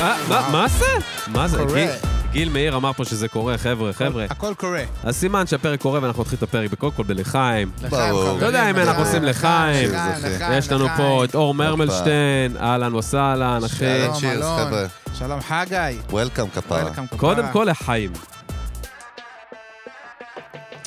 אה, מה זה? מה זה? קורה. גיל- גיל מאיר אמר פה שזה קורה, חבר'ה, חבר'ה. הכל קורה. אז סימן שהפרק קורה ואנחנו נתחיל את הפרק בקודם כל בלחיים. לחיים, חברים, לא יודע אם לחיים, אנחנו עושים לחיים. לחיים, לחיים, יש לנו פה את אור מרמלשטיין, אהלן וסהלן, אחי. שלום, Cheers, אלון. חבר'ה. אה. שלום, חגי. וולקאם כפרה. Welcome, קודם כפרה. כל לחיים.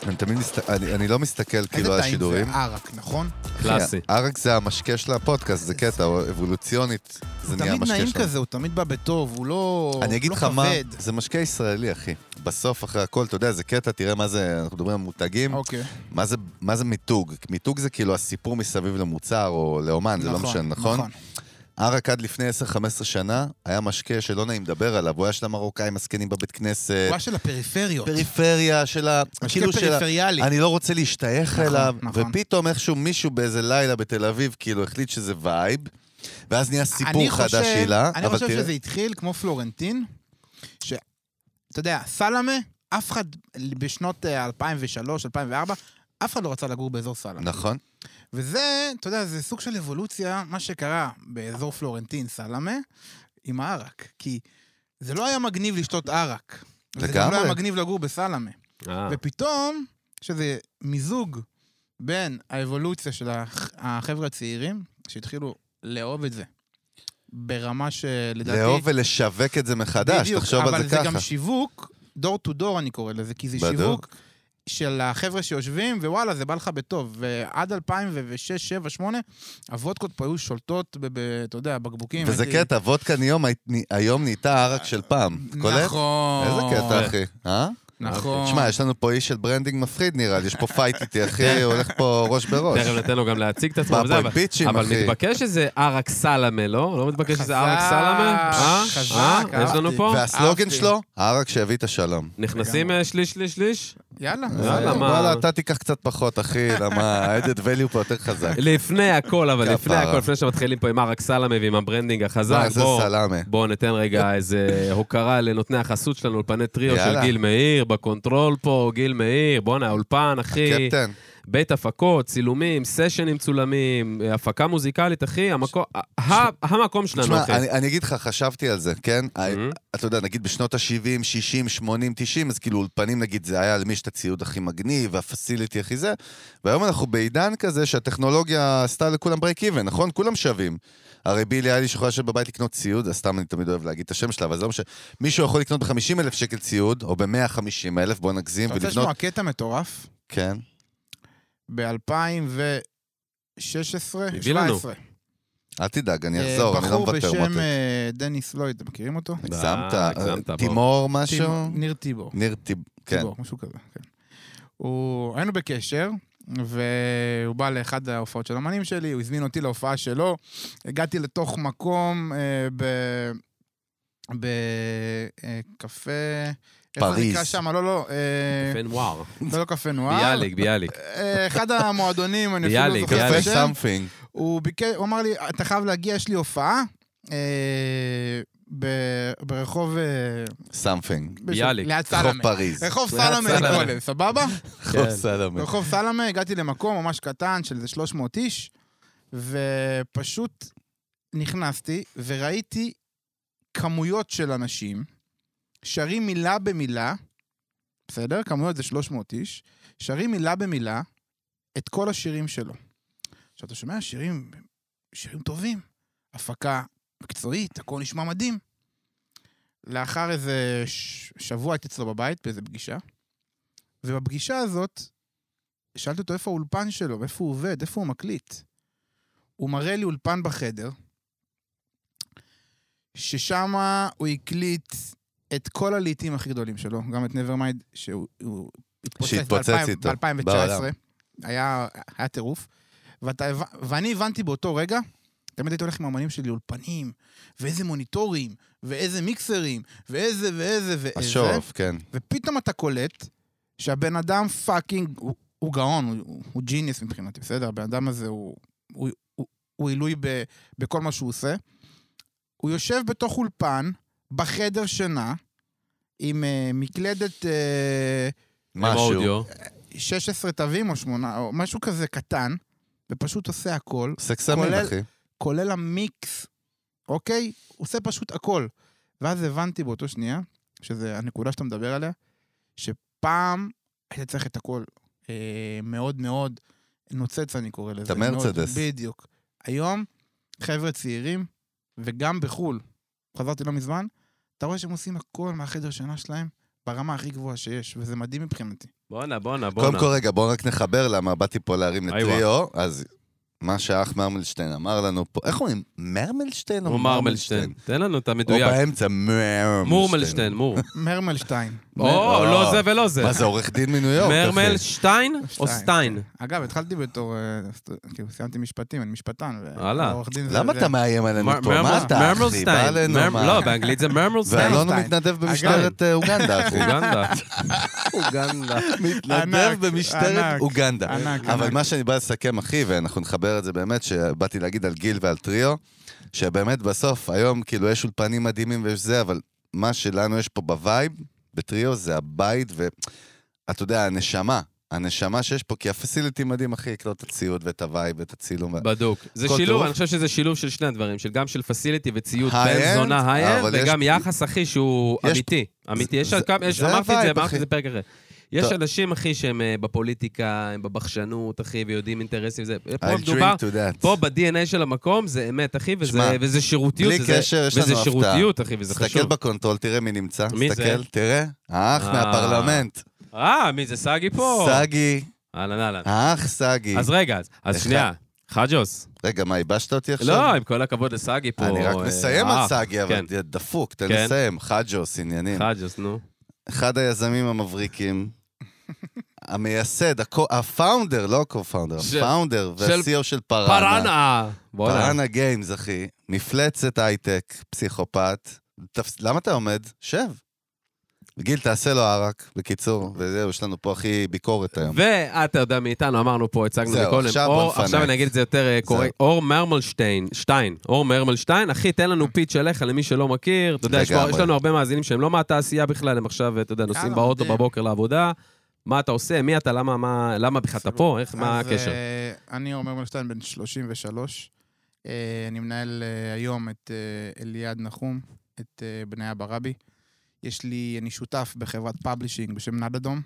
אני תמיד מסת- אני אני לא מסתכל איזה כאילו על טעים השידורים. זה ערק, נכון? קלאסי. ארק זה המשקה של הפודקאסט, זה קטע, או אבולוציונית זה הוא נהיה תמיד המשקה נעים שלנו. כזה, הוא תמיד בא בטוב, הוא לא הוא אני אגיד לא לך מה, כבד. זה משקה ישראלי, אחי. בסוף, אחרי הכל, אתה יודע, זה קטע, תראה מה זה, אנחנו מדברים על מותגים, אוקיי. מה זה- מה זה מיתוג? מיתוג זה כאילו הסיפור מסביב למוצר או לאומן, זה לא משנה, נכון? ערק עד לפני 10-15 שנה היה משקה שלא נעים לדבר עליו, הוא היה של המרוקאים הזקנים בבית כנסת, הוא היה של הפריפריות. פריפריה של ה... משקה אה, כאילו של ה... פריפריאלי. אני לא רוצה להשתייך נכון, אליו, נכון. ופתאום איכשהו מישהו באיזה לילה בתל אביב כאילו החליט שזה וייב, ואז נהיה סיפור אני חדש חושב- הילה, אני אבל חושב תראה, שזה התחיל כמו פלורנטין, ש... אתה יודע, סלמה, אף אחד בשנות אה, 2003-2004, אף אחד לא רצה לגור באזור סלמה. נכון, וזה, אתה יודע, זה סוג של אבולוציה, מה שקרה באזור פלורנטין, סלמה, עם הערק. כי זה לא היה מגניב לשתות ערק. וזה גם לא לגמרי. היה מגניב לגור בסלמה. אה, ופתאום, שזה מיזוג בין האבולוציה של הח- החבר'ה הצעירים, שהתחילו לאהוב את זה, ברמה שלדעתי... לאהוב ולשווק את זה מחדש, בדיוק, תחשוב על אבל זה אבל זה גם ככה. שיווק, דור טו דור אני קורא לזה, כי זה בדוק. שיווק של החבר'ה שיושבים, ווואלה, זה בא לך בטוב. ועד 2006, 2007, 2008, הוודקות פה היו שולטות, ב- ב- אתה יודע, בקבוקים. וזה הייתי- קטע, וודקה ניום, הי- ני- היום נהייתה ערק של פעם, קולט? נכון. איזה קטע, אחי, אה? נכון. תשמע, יש לנו פה איש של ברנדינג מפחיד נראה לי, יש פה פייט איתי, אחי, הולך פה ראש בראש. תכף ניתן לו גם להציג את עצמו. בא וזה, פה אבל- עם פיצ'ים, אבל אחי. מתבקש איזה ערק סלמה, לא? לא מתבקש איזה ערק חזק, סלמה? אה? חזק, אה? יש לנו אהבתי. פה? והסלוגן אהבתי. שלו, הערק שהביא את השלום. נכנסים לגמרי. אה, שליש, שליש, שליש? יאללה. יאללה, מה? וואלה, אה, אתה תיקח קצת פחות, אחי, למה ה-added value פה יותר חזק. לפני הכל, אבל לפני כפרה. הכל, לפני שמתחילים פה עם ערק סלמה ועם הברנדינג החזק, מה, זה בואו סלאמה. בואו ניתן רגע איזה הוקרה לנותני החסות שלנו, אולפני טריו של יאללה. גיל מאיר, בקונטרול פה, גיל מאיר, בואנה, האולפן, אחי. לא, קפטן, בית הפקות, צילומים, סשנים צולמים, אה, הפקה מוזיקלית, אחי, המקום- ה- המקום שלנו, תשמע, לא, אחי. אני- אני אגיד לך, חשבתי על זה, כן? ה- Mhm. אתה יודע, נגיד בשנות ה-70, 60, 80, 90, אז כאילו אולפנים, נגיד, זה היה למי יש את הציוד הכי מגניב, והפסיליטי הכי זה, והיום אנחנו בעידן כזה שהטכנולוגיה עשתה לכולם ברייק איבן, נכון? כולם שווים. הרי בילי אייליש יכולה לשבת בבית לקנות ציוד, אז סתם אני תמיד אוהב להגיד את השם שלה, אבל זה לא משנה. מישהו יכול לקנות ב-50 אלף שקל ציוד, או ב-150 אלף, בוא נגזים, אתה רוצה ולבנות... לשמוע קטע מטורף? כן. ב-2016, הביא לנו. 2017. אל תדאג, אני אחזור, אני לא מוותר. אה, בחור בשם מותק. אה, דניס לויד, אתם מכירים אותו? הגזמת, אה, הגזמת, בוא. תימור משהו? טיב- ניר טיבור. ניר טיב... כן. ציבור, משהו כזה, כן. הוא... היינו בקשר, והוא בא לאחד ההופעות של אמנים שלי, הוא הזמין אותי להופעה שלו. הגעתי לתוך מקום אה, ב... בקפה... איך זה פריז. נקרא שם? לא, לא. אה, פן וואר. לא, לא קפה נוער. ביאליק, ביאליק. אה, אחד המועדונים, אני אפילו לא ביאליק, זוכר את קפה ביאליק. השם. סמפינג. הוא ביקש, הוא אמר לי, אתה חייב להגיע, יש לי הופעה. אה, ב- ברחוב... אה, סמפינג. בש- ביאליק. ליד רחוב סלמה. פריז. רחוב ליד סלמה סלמה. נקרא לזה, סבבה? כן. רחוב סלמה. ברחוב סלמה הגעתי למקום ממש קטן של איזה 300 איש, ופשוט נכנסתי וראיתי כמויות של אנשים שרים מילה במילה, בסדר? כמויות זה 300 איש, שרים מילה במילה את כל השירים שלו. עכשיו, אתה שומע שירים, שירים טובים, הפקה מקצועית, הכל נשמע מדהים. לאחר איזה ש- שבוע הייתי אצלו בבית באיזה פגישה, ובפגישה הזאת שאלתי אותו איפה האולפן שלו, איפה הוא עובד, איפה הוא מקליט. הוא מראה לי אולפן בחדר, ששם הוא הקליט את כל הלהיטים הכי גדולים שלו, גם את Nevermind, שהוא הוא שהתפוצץ איתו, ב-2019. בעולם. היה, היה טירוף. ואתה, הבנ- ואני הבנתי באותו רגע, תמיד הייתי הולך עם האמנים שלי לאולפנים, ואיזה מוניטורים, ואיזה מיקסרים, ואיזה ואיזה ואיזה. השורף, כן. ופתאום אתה קולט שהבן אדם פאקינג, הוא, הוא גאון, הוא, הוא, הוא ג'יניוס מבחינתי, בסדר? הבן אדם הזה הוא, הוא, הוא, הוא עילוי ב, בכל מה שהוא עושה. הוא יושב בתוך אולפן, בחדר שינה, עם uh, מקלדת uh, עם משהו. אודיו. 16 תווים או שמונה, או משהו כזה קטן, ופשוט עושה הכל, סקסמים, כולל- אחי. כולל המיקס, אוקיי? הוא עושה פשוט הכל. ואז הבנתי באותו שנייה, שזה הנקודה שאתה מדבר עליה, שפעם היית צריך את הכל אה, מאוד מאוד נוצץ, אני קורא לזה. את המרצדס. מאוד, בדיוק. היום, חבר'ה צעירים, וגם בחו"ל, חזרתי לא מזמן, אתה רואה שהם עושים הכל מהחדר שינה שלהם ברמה הכי גבוהה שיש, וזה מדהים מבחינתי. בואנה, בואנה, קודם בואנה. כל, רגע, בואו רק נחבר, למה באתי פה להרים איי, לטריו, אז מה שהאח מרמלשטיין אמר לנו פה, איך אומרים? מרמלשטיין או הוא מרמלשטיין. תן לנו את או המדויק. באמצע, מרמלשטיין. מורמלשטיין, מור. מרמלשטיין. או, לא זה ולא זה. מה זה, עורך דין מניו יורק? אחי? מרמלשטיין או סטיין? כן. אגב, התחלתי בתור, אה, סט- כאילו, סיימתי משפטים, אני משפטן. ו- וואלה. עורך דין זה- למה זה- אתה מאיים עלינו פה? מה אתה, אחי? בא לא מרמלשטיין. עלינו, מרמ- מה? לא, באנגלית זה מרמלשטיין. ואלון הוא מרמלשטיין. מתנדב במשטרת אה, אוגנדה, אחי. אוגנדה. אוגנדה. מתנדב ענק, במשטרת ענק, אוגנדה. ענק, אבל ענק. מה שאני בא לסכם, אחי, ואנחנו נחבר את זה באמת, שבאתי להגיד על גיל ועל טריו, שבאמת בסוף, היום כאילו יש אולפנים מדהימים ויש זה, אבל מה שלנו יש פה בווייב, בטריו, זה הבית, ואתה יודע, הנשמה. הנשמה שיש פה, כי הפסיליטי מדהים, אחי, לקלוט את הציוד ואת הווייב ואת הצילום. ו- בדוק. זה כל שילוב, טירוף. אני חושב שזה שילוב של שני הדברים, של גם של פסיליטי וציוד High-end, בן זונה היי-אנד, אבל יש- וגם יחס, אחי, שהוא יש- אמיתי. אמיתי. יש זה- כמה, יש- זה אמרתי את זה, הווייב, אמרתי אחי. את זה פרק אחר. יש טוב. אנשים, אחי, שהם אה, בפוליטיקה, הם בבחשנות, אחי, ויודעים אינטרסים. זה- פה I'll מדובר, drink to that. פה ב-DNA של המקום זה אמת, אחי, וזה- שמע, וזה שירותיות. בלי וזה- קשר, יש לנו וזה הפתעה. שירותיות, אחי, וזה תסתכל חשוב. בקונטרול, תראה מי נמצא. מי זה? תסתכל, תראה, האח אה. מהפרלמנט. אה, מי זה? סאגי פה. סגי, אהלן, אהלן. האח סגי. אז רגע, אז- אז אחד. שנייה, חג'וס. רגע, מה, ייבשת אותי עכשיו? לא, עם כל הכבוד לסאגי פה. אני רק אה, מסיים אה, על סאגי, אבל כן. ת- דפוק, תן כן. לסיים. חג'וס, עניינים. חג'וס, נו. אחד היזמים המבריקים, המייסד, הקו- הפאונדר, לא הקו-פאונדר, של- הפאונדר של וה-CO E של פראנה. פראנה! בואנה. פראנה גיימס, אחי. מפלצת הייטק, פסיכופת. תפס- למה אתה עומד? שב. גיל, תעשה לו ערק, בקיצור. וזהו, יש לנו פה הכי ביקורת היום. ואתה יודע מאיתנו, אמרנו פה, הצגנו זהו, מקודם. עכשיו אור- בוא נפנה. עכשיו אני אגיד את זה יותר אה, קורקט. אור מרמלשטיין, שטיין, אור מרמלשטיין, אחי, תן לנו פיץ' עליך למי שלא מכיר. אתה יודע, יש פה- לגמרי. יש לנו הרבה מאזינים שהם לא מהתעשייה בכלל, הם עכשיו, אתה יודע, נוסעים יאללה, אוקיי. באוטו מדהים. בבוקר לעבודה. מה אתה עושה? מי אתה? למה מה- למה בכלל אתה פה? איך, מה אז, הקשר? אה, אני עומר מלשטיין, בן 33. אה, אני מנהל אה, היום את אה, אליעד נחום, את אה, בניה ברבי. יש לי, אני שותף בחברת פאבלישינג בשם נד אדום,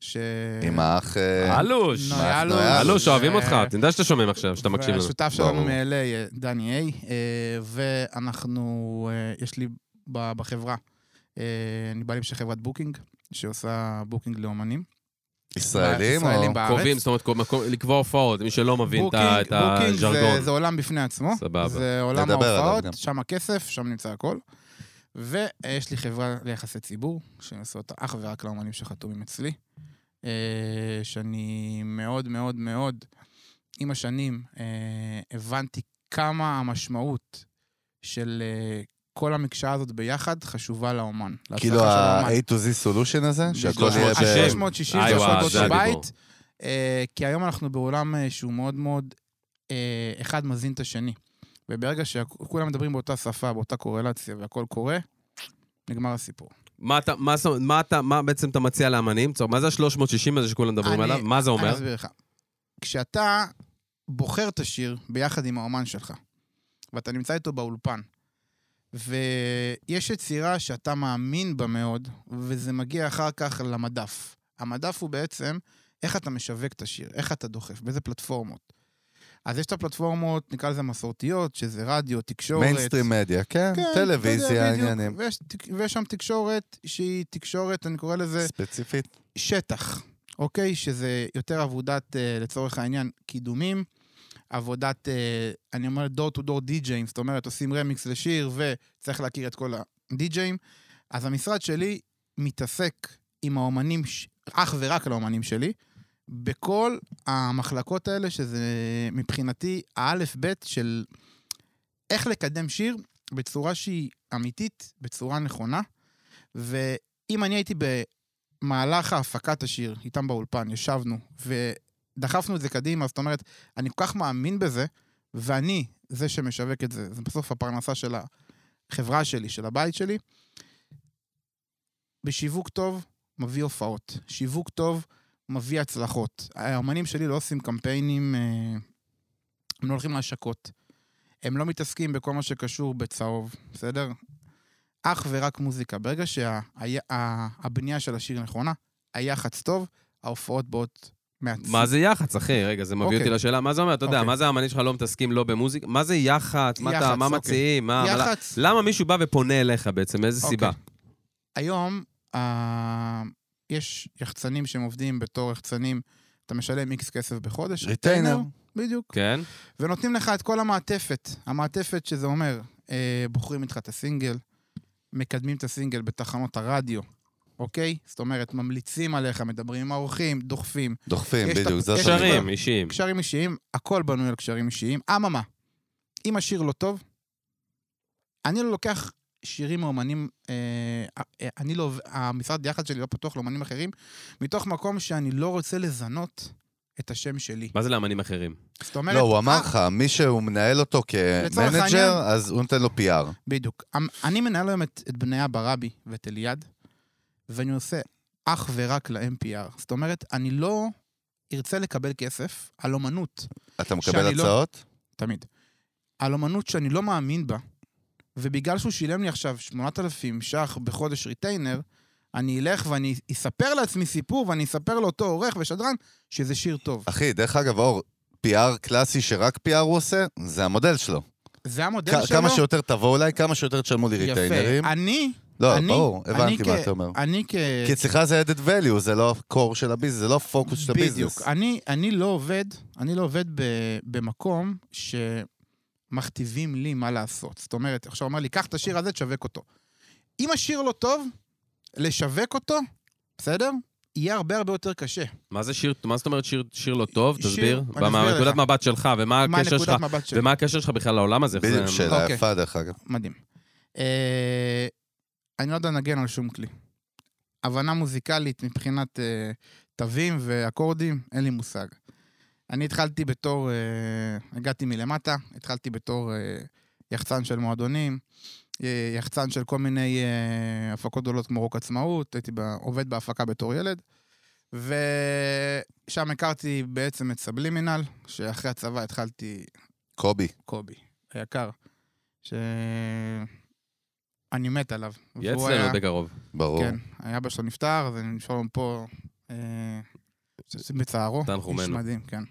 ש... עם האח... אה, אלוש! מה- נויה אלוש. נויה אלוש, אוהבים אותך. אה, אתה יודע שאתה שומעים עכשיו, שאתה מקשיב לנו. והשותף ברור. שלנו מ-LA, דני איי, אה, ואנחנו, אה, יש לי ב- בחברה, אה, אני בעלים של חברת בוקינג, שעושה בוקינג לאומנים. ישראלים? או- ישראלים בארץ. קובעים, זאת אומרת, קובעים- קובעים- לקבוע הופעות, מי שלא מבין את ה- בוקינג- את הז'רגון. בוקינג זה- זה עולם בפני עצמו. סבבה. זה עולם נדבר עליו גם. ההופעות, שם הכסף, שם נמצא הכל. ויש לי חברה ליחסי ציבור, שאני עושה אותה אך ורק לאומנים שחתומים אצלי. אה, שאני מאוד מאוד מאוד, עם השנים, אה, הבנתי כמה המשמעות של אה, כל המקשה הזאת ביחד חשובה לאומן. כאילו להצלחה של האומן. ה-A to Z solution הזה? שהכל יהיה 360. ב... 360 איי, זה יכול וואו, להיות זה באותו הדיבור. בית, אה, כי היום אנחנו בעולם אה, שהוא מאוד מאוד, אה, אחד מזין את השני. וברגע שכולם מדברים באותה שפה, באותה קורלציה, והכל קורה, נגמר הסיפור. מה אתה, מה, זאת- מה אתה, מה בעצם אתה מציע לאמנים? זאת אומרת, מה זה ה-360 הזה שכולם מדברים אני- עליו? מה זה אני אומר? אסביר לך. כשאתה בוחר את השיר ביחד עם האומן שלך, ואתה נמצא איתו באולפן, ויש יצירה שאתה מאמין בה מאוד, וזה מגיע אחר כך למדף. המדף הוא בעצם איך אתה משווק את השיר, איך אתה דוחף, באיזה פלטפורמות. אז יש את הפלטפורמות, נקרא לזה מסורתיות, שזה רדיו, תקשורת. מיינסטרים מדיה, כן, כן, אתה טלוויזיה, יודע, בדיוק. עניינים. ויש, תק- ויש שם תקשורת שהיא תקשורת, אני קורא לזה ספציפית. שטח, אוקיי? שזה יותר עבודת, אה, לצורך העניין, קידומים, עבודת, אה, אני אומר, דור טו דור די-ג'אים, זאת אומרת, עושים רמיקס לשיר וצריך להכיר את כל הדי-ג'אים. אז המשרד שלי מתעסק עם האומנים, ש- אך ורק על האומנים שלי, בכל המחלקות האלה, שזה מבחינתי האלף-בית של איך לקדם שיר בצורה שהיא אמיתית, בצורה נכונה. ואם אני הייתי ב... מהלך ההפקת השיר, איתם באולפן, ישבנו ודחפנו את זה קדימה, זאת אומרת, אני כל כך מאמין בזה, ואני זה שמשווק את זה, זה בסוף הפרנסה של החברה שלי, של הבית שלי. בשיווק טוב מביא הופעות, שיווק טוב מביא הצלחות. האמנים שלי לא עושים קמפיינים, אה, הם לא הולכים להשקות. הם לא מתעסקים בכל מה שקשור בצהוב, בסדר? אך ורק מוזיקה. ברגע שהבנייה של השיר נכונה, היח"צ טוב, ההופעות באות מעצ... מה זה יח"צ, אחי? רגע, זה מביא אוקיי. אותי לשאלה, מה זה אומר? אתה יודע, אוקיי. מה זה האמנים שלך לא מתעסקים לא במוזיקה? מה זה יח"צ? מה אתה- יח"צ, מה אוקיי. מציעים? מה- מה- יח"צ, למה מישהו בא ופונה אליך בעצם? מאיזה אוקיי. סיבה? היום אה, יש יחצנים שהם עובדים בתור יחצנים, אתה משלם איקס כסף בחודש. ריטיינר. בדיוק. כן? ונותנים לך את כל המעטפת. המעטפת שזה אומר, אה, בוחרים איתך את הסינגל, מקדמים את הסינגל בתחנות הרדיו, אוקיי? זאת אומרת, ממליצים עליך, מדברים עם האורחים, דוחפים. דוחפים, יש את בדיוק, זה הפ- יש השנים. קשרים, אישיים. קשרים אישיים, הכל בנוי על קשרים אישיים. אממה, אם השיר לא טוב, אני לא לוקח שירים מאומנים, אה, אה, אני לא, המשרד יחד שלי לא פתוח לאומנים אחרים, מתוך מקום שאני לא רוצה לזנות את השם שלי. מה זה לאמנים אחרים? זאת אומרת... לא, הוא אמר אה, לך, מי שהוא מנהל אותו לצורך כמנג'ר, העניין- אז הוא נותן לו PR. בדיוק. אמ- אני מנהל היום את, את בניה ברבי ואת אליעד, ואני עושה אך ורק ל-MPR. זאת אומרת, אני לא ארצה לקבל כסף על אומנות, אתה שאני מקבל לא- הצעות? תמיד. על אומנות שאני לא מאמין בה, ובגלל שהוא שילם לי עכשיו 8,000 ש"ח בחודש ריטיינר, אני אלך ואני אספר לעצמי סיפור, ואני אספר לאותו עורך ושדרן שזה שיר טוב. אחי, דרך אגב, אור, PR קלאסי שרק PR הוא עושה, זה המודל שלו. זה המודל כ- שלו. כמה שיותר תבואו אליי, כמה שיותר תשלמו לי ריטיינרים. יפה. אני, לא, אני- ברור, אני הבנתי כ- מה אה, אתה אומר. אני כ... כי אצלך זה added value, זה לא core של הביזנס, זה לא פוקוס של הביזנס. בדיוק. אני, אני לא עובד, אני לא עובד ב, במקום שמכתיבים לי מה לעשות. זאת אומרת, עכשיו אומר לי, קח את השיר הזה, תשווק אותו. אם השיר לא טוב, לשווק אותו, בסדר? יהיה הרבה הרבה יותר קשה. מה זה שיר, מה זאת אומרת שיר, שיר לא טוב? שיר- תסביר. אני מה- מה אסביר נקודת לך. מבט שלך, ומה מה הקשר שלך, נקודת מבט שלי? ומה הקשר שלך בכלל לעולם הזה? איך בדיוק, זה- שאלה אוקיי. יפה דרך אגב. מדהים. אה, אני לא יודע לנגן על שום כלי. הבנה מוזיקלית מבחינת אה, תווים ואקורדים, אין לי מושג. אני התחלתי בתור, אה, הגעתי מלמטה, התחלתי בתור אה, יחצן של מועדונים, אה, יחצן של כל מיני אה, הפקות גדולות כמו רוק עצמאות, הייתי ב- עובד בהפקה בתור ילד, ושם הכרתי בעצם את סבלימינל, שאחרי הצבא התחלתי קובי, קובי, היקר, שאני מת עליו. יהיה והוא היה- אצלנו בקרוב. ברור. כן, אבא שלו נפטר, אז אני נשאר לו פה אה, בצערו. תנחומינו. איש מדהים, כן.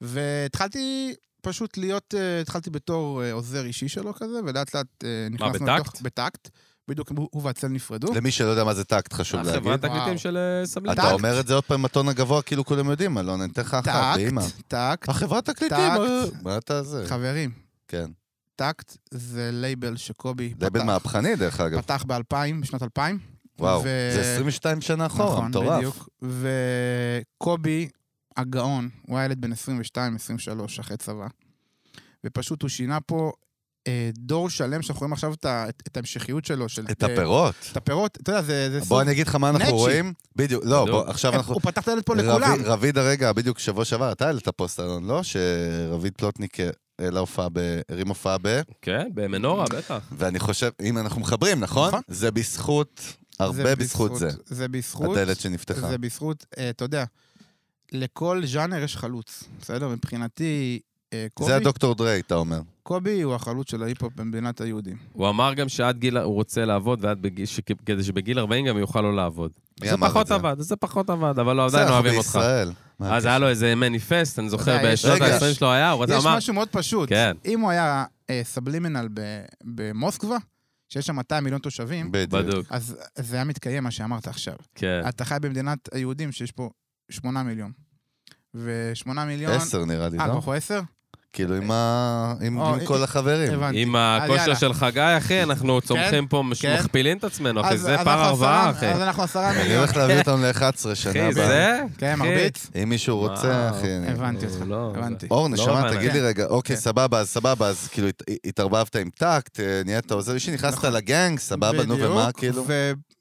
והתחלתי פשוט להיות, אה, התחלתי בתור אה, עוזר אישי שלו כזה, ולאט לאט אה, נכנסנו בטקט? לתוך- בטקט. בדיוק, הוא הוא והצל נפרדו. למי שלא יודע מה זה טקט, חשוב החברת להגיד. תקליטים וואו. של אה, סבלין. אתה טקט. אומר את זה עוד פעם בטון הגבוה, כאילו כולם יודעים, אלון, אני אתן לך אחת, באמא. טקט, טקט. החברת תקליטים, טקט. אה, מה אתה זה? חברים, כן. טקט זה לייבל שקובי פתח. דבל מהפכני, דרך אגב. פתח ב-2000, בשנת 2000. וואו, ו- זה 22 שנה אחורה, נכון, מטורף. נכון, בדיוק. וקובי הגאון, הוא היה ילד בן 22-23 אחרי צבא, ופשוט הוא שינה פה אה, דור שלם שאנחנו רואים עכשיו את, ה- את ההמשכיות שלו. של, את אה, הפירות. את הפירות, אתה יודע, זה, זה בוא אני אגיד לך מה אנחנו נצ'י. רואים. בדיוק, לא, בדיוק. בוא, עכשיו אנחנו... הוא פתח את הילד פה רביד- לכולם. רביד הרגע, בדיוק שבוע שעבר, אתה העלית פוסט, אלון, לא? שרביד פלוטניק העלה הופעה ב... הרים הופעה ב... כן, במנורה, בטח. ואני חושב, אם אנחנו מחברים, נכון? נכון. זה בזכות, הרבה בזכות זה. זה בזכות. הדלת שנפתחה. זה בזכות, אה, אתה יודע, לכל ז'אנר יש חלוץ, בסדר? מבחינתי, אה, קובי, זה הדוקטור דריי, אתה אומר. קובי הוא החלוץ של ההיפ-הופ במדינת היהודים. הוא אמר גם שעד גיל, הוא רוצה לעבוד, ועד בגיל, ש- כדי שבגיל 40 גם יוכל לא לעבוד. מי זה אמר את פחות זה? עבד, זה פחות עבד, אבל לא, בסדר, עדיין אנחנו אוהבים אותך. בישראל. מה אז הקשר? היה לו איזה מניפסט, אני זוכר, אתה יודע, יש- בשנות רגע, ה-20 יש- שלו היה, הוא רצה, יש אמר, משהו מאוד פשוט. כן. אם הוא היה אה, סבלימינל ב- במוסקבה, שיש שם 200 מיליון תושבים, בדיוק. בדוק, אז זה היה מתקיים מה שאמרת עכשיו. כן. אתה חי במדינת היהודים שיש פה 8 מיליון. ו-8 מיליון... עשר נראה לי, אה, לא? כבר אנחנו 10? כאילו עם ה- עם או, עם כל החברים. הבנתי. עם אז הכושר יאללה. של חגי, אחי, אנחנו צומחים פה, מש- כן. מכפילים את עצמנו, אחי, אז- אוקיי, זה אז פער אנחנו ארבעה, עשרה- אחי. אז אנחנו 10 אני מיליון. הולך להביא אותנו ל-11 שנה אחי, הבאה. זה? כן, אחי. מרביץ? אם מישהו רוצה, וואו. אחי. אני- הבנתי אותך, לא, זה- הבנתי. אור, לא נשמה, הבנתי. תגיד לי רגע, אוקיי, כן. סבבה, אז סבבה, אז כאילו הת- התערבבת עם טקט, אה, נהיית עוזר אישי, נכנסת נכון. לגנג, סבבה, נו, בדיוק, ומה, כאילו?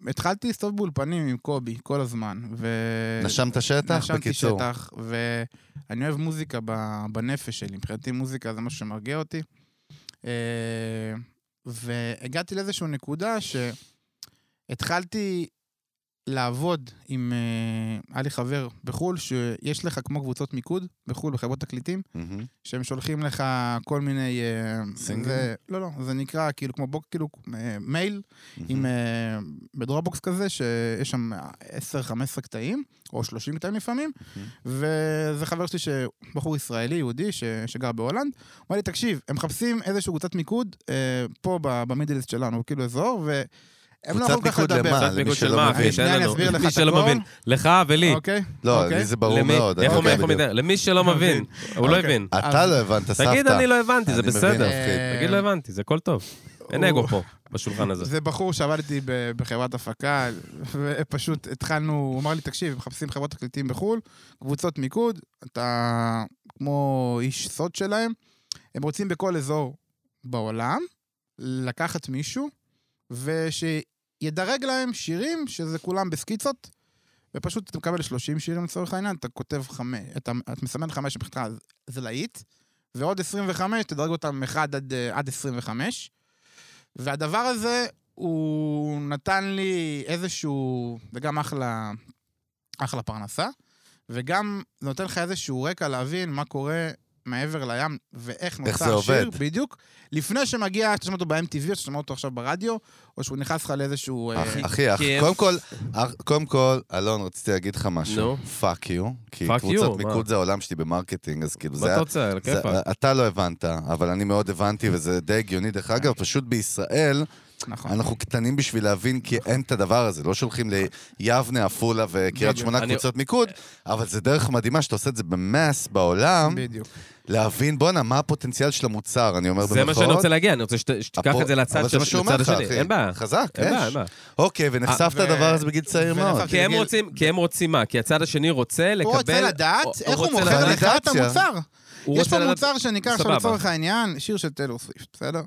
והתחלתי להסתובב באולפנים עם קובי כל הזמן. ו- נשמת שטח? נשמתי בקיצור. שטח, ואני אוהב מוזיקה ב- בנפש שלי. מבחינתי מוזיקה זה משהו שמרגיע אותי. אה, והגעתי לאיזושהי נקודה שהתחלתי לעבוד עם... אה, היה לי חבר בחו"ל, שיש לך כמו קבוצות מיקוד בחו"ל, בחברות תקליטים, מהמם. שהם שולחים לך כל מיני... אה, סינגלים? זה- לא, לא, זה נקרא כאילו כמו בוק, כאילו אה, מייל עם... מהמם. אה, בדרופבוקס כזה, שיש שם 10-15 קטעים, או 30 קטעים לפעמים, מהמם. וזה חבר שלי, שבחור ישראלי, יהודי, ש- שגר בהולנד, אמר לי, תקשיב, הם מחפשים איזושהי קבוצת מיקוד אה, פה ב- במידליסט שלנו, כאילו אזור, והם לא קבוצת יכולים ככה מיקוד לדבר. למה? קצת למי ניגוד של שלא מה, מבין. אחי, אה, שאין שנייה, אני לנו. אסביר לך מי את שלא הכל. מבין. לך ולי. אוקיי? לא, אוקיי. לי זה ברור למי- מאוד. אני איך יודע אומר- איך הוא בדיוק. מתאר? למי שלא לא מבין. הוא לא אוקיי. הבין. אתה לא הבנת, סבתא. תגיד, אני לא הבנתי, זה אני מבין, בסדר. אה, אה, תגיד, לא הבנתי, זה הכל טוב. אין הוא- אגו פה, בשולחן הזה. זה בחור שעבד איתי ב- בחברת הפקה, ופשוט התחלנו, הוא אמר לי, תקשיב, מחפשים חברות תקליטים בחו"ל, קבוצות מיקוד, אתה כמו איש סוד שלהם, הם רוצים בכל אזור בעולם לקחת מישהו, ושידרג להם שירים, שזה כולם בסקיצות, ופשוט אתה מקבל 30 שירים לצורך העניין, אתה כותב חמש, אתה, אתה מסמן חמש מבחינתך, אז זה להיט, ועוד 25, תדרג אותם 1 עד, אה, עד 25. והדבר הזה, הוא נתן לי איזשהו, וגם אחלה, אחלה פרנסה, וגם זה נותן לך איזשהו רקע להבין מה קורה מעבר לים, ואיך נוצר זה שיר, עובד. בדיוק, לפני שמגיע, אתה שומע אותו ב-MTV, או שאתה שומע אותו עכשיו ברדיו, או שהוא נכנס לך לאיזשהו... אה, אח- אחי, אח- כי- קודם כל, אח- קודם כל, אלון, רציתי להגיד לך משהו. נו. פאק יו. כי Fuck קבוצת you, מיקוד מה? זה העולם שלי במרקטינג, אז כאילו, זה מה היה אתה רוצה? על זה- הכיפאק. אתה לא הבנת, אבל אני מאוד הבנתי, וזה די הגיוני. דרך אה. אגב, פשוט בישראל, נכון. אנחנו קטנים בשביל להבין, כי אין את הדבר הזה. לא שולחים ליבנה, עפולה וקריית בדיוק. שמונה אני- קבוצות מיקוד, אבל זה דרך מדהימה שאתה עושה את זה במאס בעולם, בדיוק. להבין, בואנה, מה הפוטנציאל של המוצר, אני אומר זה מה שאני במרכאות. רוצה להגיע, אני רוצה שת- שתיקח הפו- את זה לצד נכון. אבל זה של- מה שהוא אומר לצד לך, השני. אחי. אין בעיה. חזק, אין בעיה, אש. אין בעיה. אוקיי, ונחשפת ו- לדבר הזה בגיל צעיר ונפלתי מאוד. כי הם בגיל- רוצים, כי הם רוצים מה? כי הצד השני רוצה לקבל... הוא רוצה לדעת איך הוא רוצה מוכר לדעת- לך את ולידציה. המוצר. הוא יש רוצה פה לדעת- מוצר שנקרא עכשיו סבבה. לצורך העניין, שיר של טיילור סוויפט, בסדר?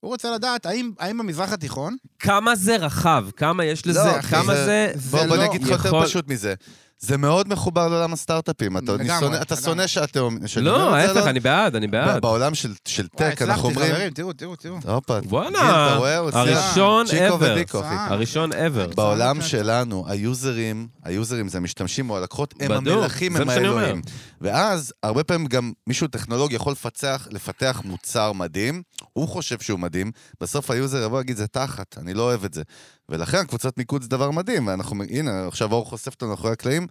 הוא רוצה לדעת האם האם במזרח התיכון, כמה זה רחב, כמה יש לזה, לא, אחי, כמה זה- זה... זה בוא, בוא לא אני אגיד לך יותר יכול- פשוט מזה. זה מאוד מחובר לעולם הסטארט-אפים. אתה, אני לגמרי, שונא- אתה לגמרי. שונא שהתאום... שאני אומר לא, את זה, ההפך, אלון? אני בעד, אני ב- בעד. בעולם של, של וואי, טק, אנחנו הצלחתי, אומרים... חברים, תראו, תראו, תראו. הופה, בואנה, גיל, אתה רואה? הוא עושה- הראשון צ'יקו ever. ודיקו, אחי. אה. הראשון ever. בעולם שלנו, היוזרים, היוזרים זה המשתמשים או הלקוחות, הם בדוק, המלכים, זה הם מה שאני האלוהים. ואז, הרבה פעמים גם מישהו טכנולוג יכול לפצח, לפתח מוצר מדהים, הוא חושב שהוא מדהים, בסוף היוזר יבוא ויגיד, זה תחת, אני לא אוהב את זה. ולכן קבוצת מיקוד זה דבר מדהים, ואנחנו, הנה, עכשיו אור חושף אותנו מאחורי הקלעים.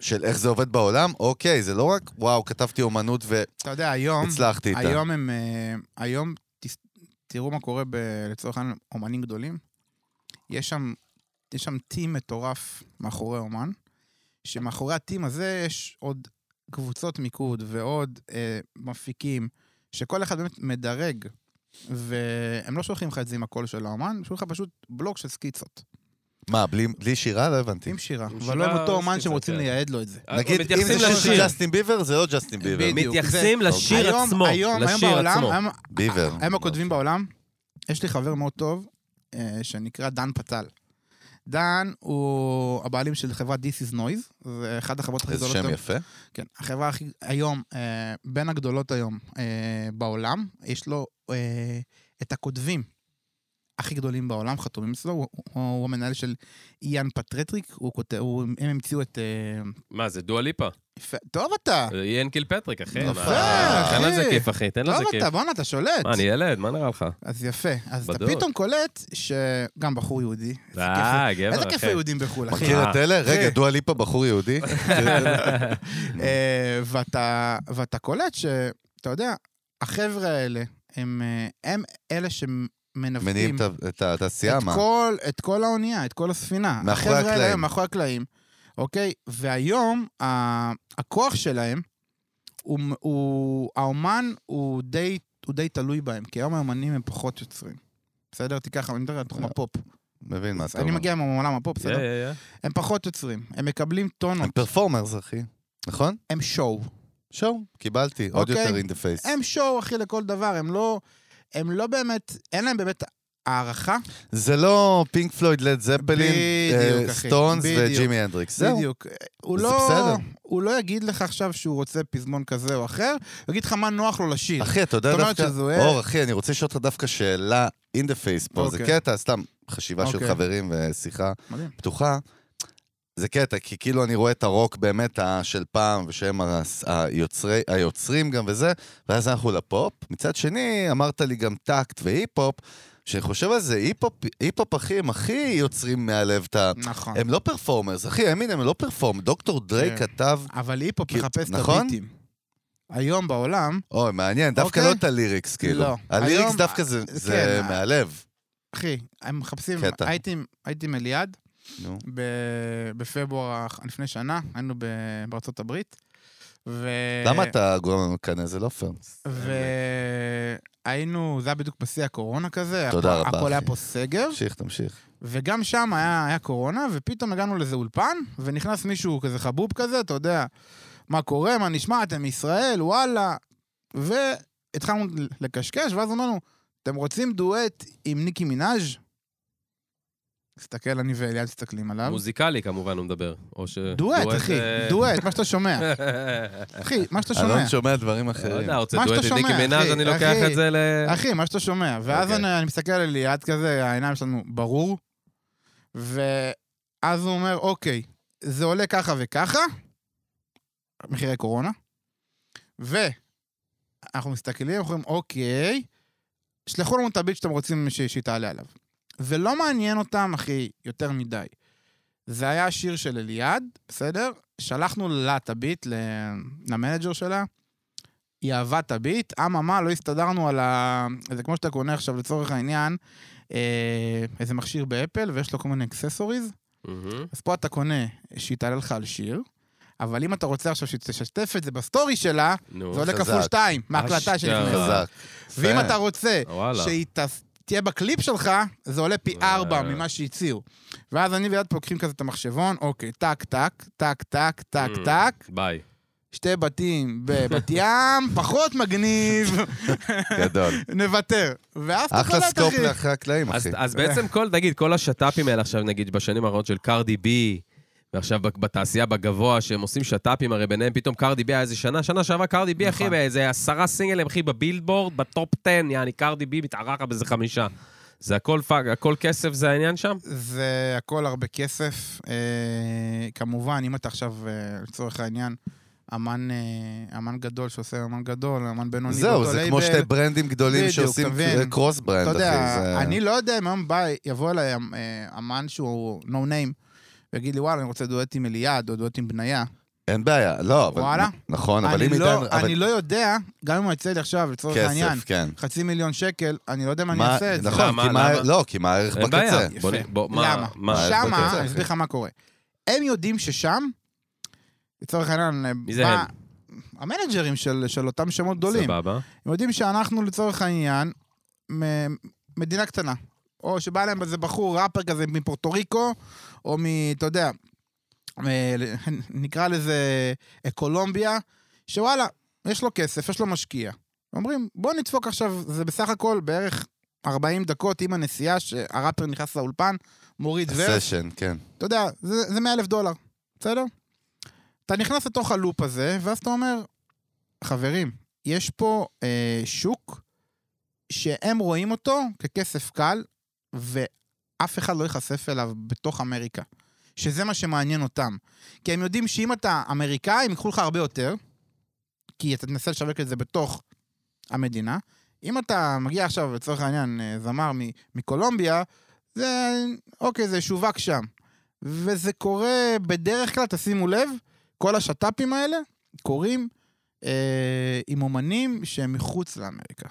של איך זה עובד בעולם, אוקיי, זה לא רק, וואו, כתבתי אומנות אתה יודע, היום, והצלחתי איתה. היום הם, אה, היום, תס- תראו מה קורה ב- לצורך העניין, אומנים גדולים. יש שם, יש שם טים מטורף מאחורי אומן, שמאחורי הטים הזה יש עוד קבוצות מיקוד ועוד אה, מפיקים, שכל אחד באמת מדרג, והם לא שולחים לך את זה עם הקול של האומן, הם שולחים לך פשוט בלוק של סקיצות. מה, בלי, בלי שירה? לא הבנתי. עם שירה, עם אבל לא עם שירה, אותו אומן שהם סקיצות, רוצים כן. לייעד לו את זה. נגיד, אם מתייחסים זה שיר של לשיר. ג'סטין ביבר, זה לא ג'סטין ביבר. בדיוק. מתייחסים זה- לשיר היום- עצמו, היום- היום לשיר בעולם, עצמו. היום- אוקיי. ביבר. הם הכותבים בעולם, יש לי חבר מאוד טוב, אה, שנקרא דן פתל. דן הוא הבעלים של חברת This is Noise, זה אחת החברות הכי איזה גדולות. שם היום. יפה. כן, החברה הכי, היום, אה, בין הגדולות היום אה, בעולם, יש לו אה, את הכותבים הכי גדולים בעולם, חתומים אצלו, הוא, הוא, הוא המנהל של איאן פטרטריק, הוא כותב, הוא, הם המציאו את... אה, מה, זה אה, דואליפה. יפה, טוב אתה, זה ינקיל פטריק, אחי. יפה, מה? תן לזה אחי. כיף, אחי, תן טוב לזה כיף. אתה, בואנה, אתה שולט. מה, אני ילד? מה נראה לך? אז יפה, אז אתה בדוק. פתאום קולט שגם בחור יהודי, איזה כיף הוא אה, איזה גבר, כיף אחי. היהודים בחו"ל, אחי. מכיר את אחי. אלה? רגע, דואה ליפה בחור יהודי? אה, ואתה, ואתה קולט שאתה יודע, החבר'ה האלה, הם, אה, הם אלה מניעים שמנווטים את ה- את התעשייה, את מה? כל, את כל האונייה, את כל הספינה. מאחורי החבר'ה האלה הקלעים. הם מאחורי הקלעים, אוקיי? והיום ה- הכוח שלהם, הוא, הוא, האומן הוא די, הוא די תלוי בהם, כי היום האומנים הם פחות יוצרים. בסדר? תיקח, אני מדבר על תחום אה, הפופ. מבין מה אתה אני אומר. מגיע מעולם הפופ, יא, אה. בסדר? יא, יא. הם פחות יוצרים, הם מקבלים הם טונות, פרפורמרס, אחי. נכון? הם שואו. שואו, קיבלתי. עוד אוקיי. יותר אין דה פייס. הם שואו, אחי, לכל דבר, הם לא, הם לא באמת, אין להם באמת הערכה. זה לא פינק פלויד, לד זפלין, בדיוק, אה, אחי. סטונס בדיוק. וג'ימי הנדריקס. זהו. בדיוק. הוא זה לא, בסדר. הוא לא יגיד לך עכשיו שהוא רוצה פזמון כזה או אחר, הוא יגיד לך מה נוח לו לשיר. אחי, אתה יודע זאת אומרת דווקא... שזה- אור, אחי, אני רוצה לשאול אותך דווקא שאלה אין דה פייס פה. זה אוקיי. קטע, סתם חשיבה של אוקיי. חברים ושיחה מדהים. פתוחה. זה קטע, כי כאילו אני רואה את הרוק באמת ה- של פעם, ושהם הרס- היוצרי, היוצרים גם וזה, ואז אנחנו לפופ. מצד שני, אמרת לי גם טקט והיפ-הופ, שאני חושב על זה, היפ-הופ, היפ-הופ אחי, הם הכי יוצרים מהלב את ה... נכון. הם לא פרפורמרס, אחי, האמין, הם לא פרפורמ. דוקטור דריי כן. כתב... אבל היפ-הופ כי- מחפש את נכון? הביטים. היום בעולם, אוי, מעניין, דווקא אוקיי. לא את הליריקס, כאילו. לא. הליריקס היום- דווקא זה- כן, זה ה- מהלב. אחי, הם מחפשים... קטע. הייתי- הייתי עם אליעד נו. ב- בפברואר, ה- לפני שנה, היינו ב- בארצות הברית. ו... למה אתה גורם לנו לקנא? זה לא פייר. והיינו, זה היה בדיוק בשיא הקורונה כזה. תודה הכל- רבה, הכל היה אחי. פה סגר, תמשיך, תמשיך. וגם שם היה, היה קורונה, ופתאום הגענו לאיזה אולפן, ונכנס מישהו כזה חבוב כזה, אתה יודע, מה קורה, מה נשמע, אתם מישראל, וואלה. והתחלנו לקשקש, ואז אמרנו, אתם רוצים דואט עם ניקי מנאז'? תסתכל, אני ואליעד מסתכלים עליו. אה, מוזיקלי כמובן הוא מדבר. או ש... דואט, אחי, אה, דואט, מה שאתה שומע. אחי, מה שאתה שומע. אלון שומע דברים לא אחרים. יודע, רוצה מה שאתה דואט עם ניקי שומע, מנאז', אחי, אני לוקח אחי. את זה ל... אחי, מה שאתה שומע. ואז אוקיי. אני, אני מסתכל על ליעד כזה, העיניים שלנו ברור, ואז הוא אומר, אוקיי, זה עולה ככה וככה, מחירי קורונה, ואנחנו מסתכלים, אנחנו אומרים, אוקיי, שלחו לנו את הביט שאתם רוצים ש- שהיא תעלה עליו. ולא מעניין אותם, אחי, יותר מדי. זה היה השיר של אליעד, בסדר? שלחנו לה את הביט, ל- למנג'ר שלה. היא אהבה את הביט, אממה, לא הסתדרנו על ה... זה כמו שאתה קונה עכשיו, לצורך העניין, אה, איזה מכשיר באפל, ויש לו כל מיני אקססוריז. מהמם. אז פה אתה קונה שהיא תעלה לך על שיר, אבל אם אתה רוצה עכשיו שהיא תשתף את זה בסטורי שלה, נו, זה עולה חזק. כפול שתיים, מההקלטה אשכרה. שנכנסת. חזק. ואם יפה. אתה רוצה וואלה. שהיא ת- תהיה בקליפ שלך, זה עולה פי וואלה. ארבע ממה שהציעו. ואז אני ויד פה לוקחים כזה את המחשבון, אוקיי, טק, טק, טק, טק, טק, Mm. טק, ביי. שתי בתים בבת ים, פחות מגניב, גדול. נוותר. ואז אתה אחלה קולט, סקופ אחי. לאחרי הקלעים, אז, אחי. אז בעצם כל, נגיד, כל השת"פים האלה עכשיו, נגיד, בשנים האחרונות של קרדי בי, ועכשיו ב- בתעשייה בגבוה, שהם עושים שת"פים, הרי ביניהם פתאום קרדי בי היה איזה שנה, שנה שעברה קרדי בי, אחי, נכון. באיזה עשרה סינגלים, אחי, בבילבורד, בטופ 10, יעני, קרדי בי מתארחת באיזה חמישה. זה הכל פאג, הכל כסף זה העניין שם? זה הכל הרבה כסף. אה, כמובן, אם אתה עכשיו, אה, לצורך העניין, אמן, אה, אמן גדול שעושה אמן גדול, אמן בינוני זהו, באותו זה לייבל. כמו שתי ברנדים גדולים בדיוק, שעושים אתה מבין? קרוס ברנד, אתה אחי. יודע, זה- אני לא יודע אם היום בא, יבוא אליי אה, אמן שהוא no name, ויגיד לי, וואלה, אני רוצה דואט עם אליעד או דואט עם בניה. אין בעיה, לא, אבל... וואלה. נכון, כן, אבל אני אם לא- עידן... אבל- אני לא יודע, גם אם הוא יצא לי עכשיו, לצורך העניין, כסף, כן. חצי מיליון שקל, אני לא יודע אם אני מה- אעשה את זה. נכון, למה, כי מה... למה? לא, כי מה הערך אין בעיה. בקצה? בוא נ- יפה. בוא- מה- למה? מה- בוא שמה, תראה, אני אסביר לך מה קורה. הם יודעים ששם, לצורך העניין, מי זה בא- הם? המנג'רים של, של אותם שמות גדולים. סבבה. הם יודעים שאנחנו לצורך העניין מ- מדינה קטנה. או שבא להם איזה בחור ראפר כזה מפורטו ריקו, או מ... אתה יודע, מ- נקרא לזה אה, קולומביה, שוואלה, יש לו כסף, יש לו משקיע. אומרים, בוא נדפוק עכשיו, זה בסך הכל בערך 40 דקות עם הנסיעה שהראפר נכנס לאולפן, מוריד ורס, סשן, כן. אתה יודע, זה, זה 100 אלף דולר, בסדר? אתה נכנס לתוך הלופ הזה, ואז אתה אומר, חברים, יש פה אה, שוק שהם רואים אותו ככסף קל, ואף אחד לא ייחשף אליו בתוך אמריקה. שזה מה שמעניין אותם. כי הם יודעים שאם אתה אמריקאי, הם ייקחו לך הרבה יותר, כי אתה תנסה לשווק את זה בתוך המדינה. אם אתה מגיע עכשיו, לצורך העניין, אה, זמר מ- מקולומביה, זה, אוקיי, זה שווק שם. וזה קורה בדרך כלל, תשימו לב, כל השת"פים האלה קורים אה, עם אומנים שהם מחוץ לאמריקה.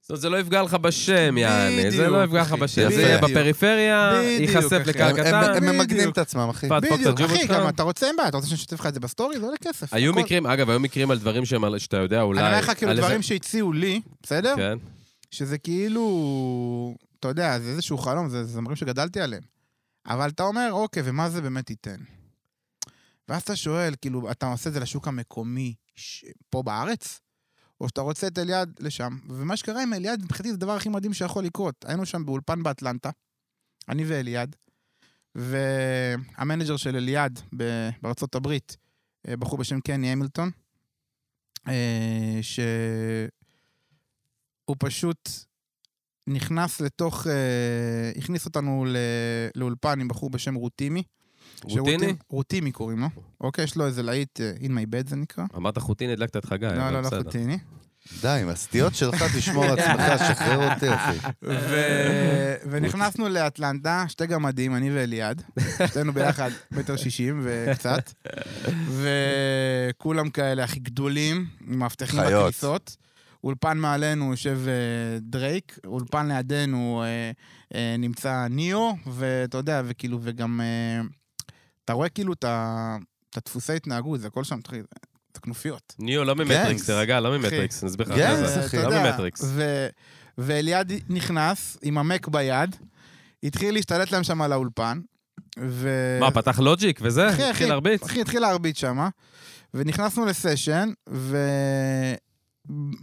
זאת אומרת, זה לא יפגע לך בשם, יעני. זה בדיוק, לא יפגע לך אחי. בשם. זה יפה. יהיה בפריפריה, בדיוק, ייחשף אחי. לקהל הם- הם- קטן. הם בדיוק. ממגנים את עצמם, אחי. תדפוק את בדיוק, הג'ובות אחי, שלך. גם אתה רוצה, אין בעיה, אתה רוצה שאני אשתף לך את זה בסטורי? זה עולה כסף. היו הכל. מקרים, אגב, היו מקרים על דברים שהם, על- שאתה יודע, אולי... אני אומר לך כאילו על איזה- דברים שהציעו לי, בסדר? כן. שזה כאילו, אתה יודע, זה איזשהו חלום, זה זה זמרים שגדלתי עליהם. אבל אתה אומר, אוקיי, ומה זה באמת ייתן? ואז אתה שואל, כאילו, אתה עושה את זה לשוק המקומי ש... פה בארץ? או שאתה רוצה את אליעד לשם? ומה שקרה עם אליעד, מבחינתי זה הדבר הכי מדהים שיכול לקרות. היינו שם באולפן באטלנטה, אני ואליעד, והמנג'ר של אליעד ב- בארצות הברית, אה, בחור בשם קני המילטון, אה, ש... הוא פשוט נכנס לתוך, אה, הכניס אותנו ל- לאולפן עם בחור בשם רוטימי, רוטיני? רוטימי קוראים לו. אוקיי, יש לו איזה להיט, אה, In My Bed זה נקרא. אמרת חוטיני, הדלקת את חגי, לא, אבל לא, לא אה, בסדר. חוטיני. די, עם הסטיות שלך, תשמור על עצמך, כן. שחרר אותי, אחי. ו- ונכנסנו לאטלנטה, שתי גמדים, אני ואליעד. שתינו ביחד מטר שישים וקצת. וכולם כאלה הכי גדולים, עם מאבטחים חיות. בכניסות. אולפן מעלינו יושב אה, דרייק, אולפן לידינו אה, אה, נמצא ניאו, ואתה יודע, וכאילו, וגם... אה, אתה רואה כאילו את ה- את הדפוסי התנהגות, זה הכל שם, תחי, זה כנופיות. ניו, לא ממטריקס, גנגס. תרגע, לא ממטריקס, נסביר לך אחרי גנגס, זה. אה, אחי. אתה לא יודע, ממטריקס. ו- ואליעד נכנס עם המק ביד, התחיל להשתלט להם שם על האולפן, ו... מה, פתח לוג'יק וזה? אחי, התחיל אחי, להרביץ? אחי, התחיל להרביץ שם, ונכנסנו לסשן, ו...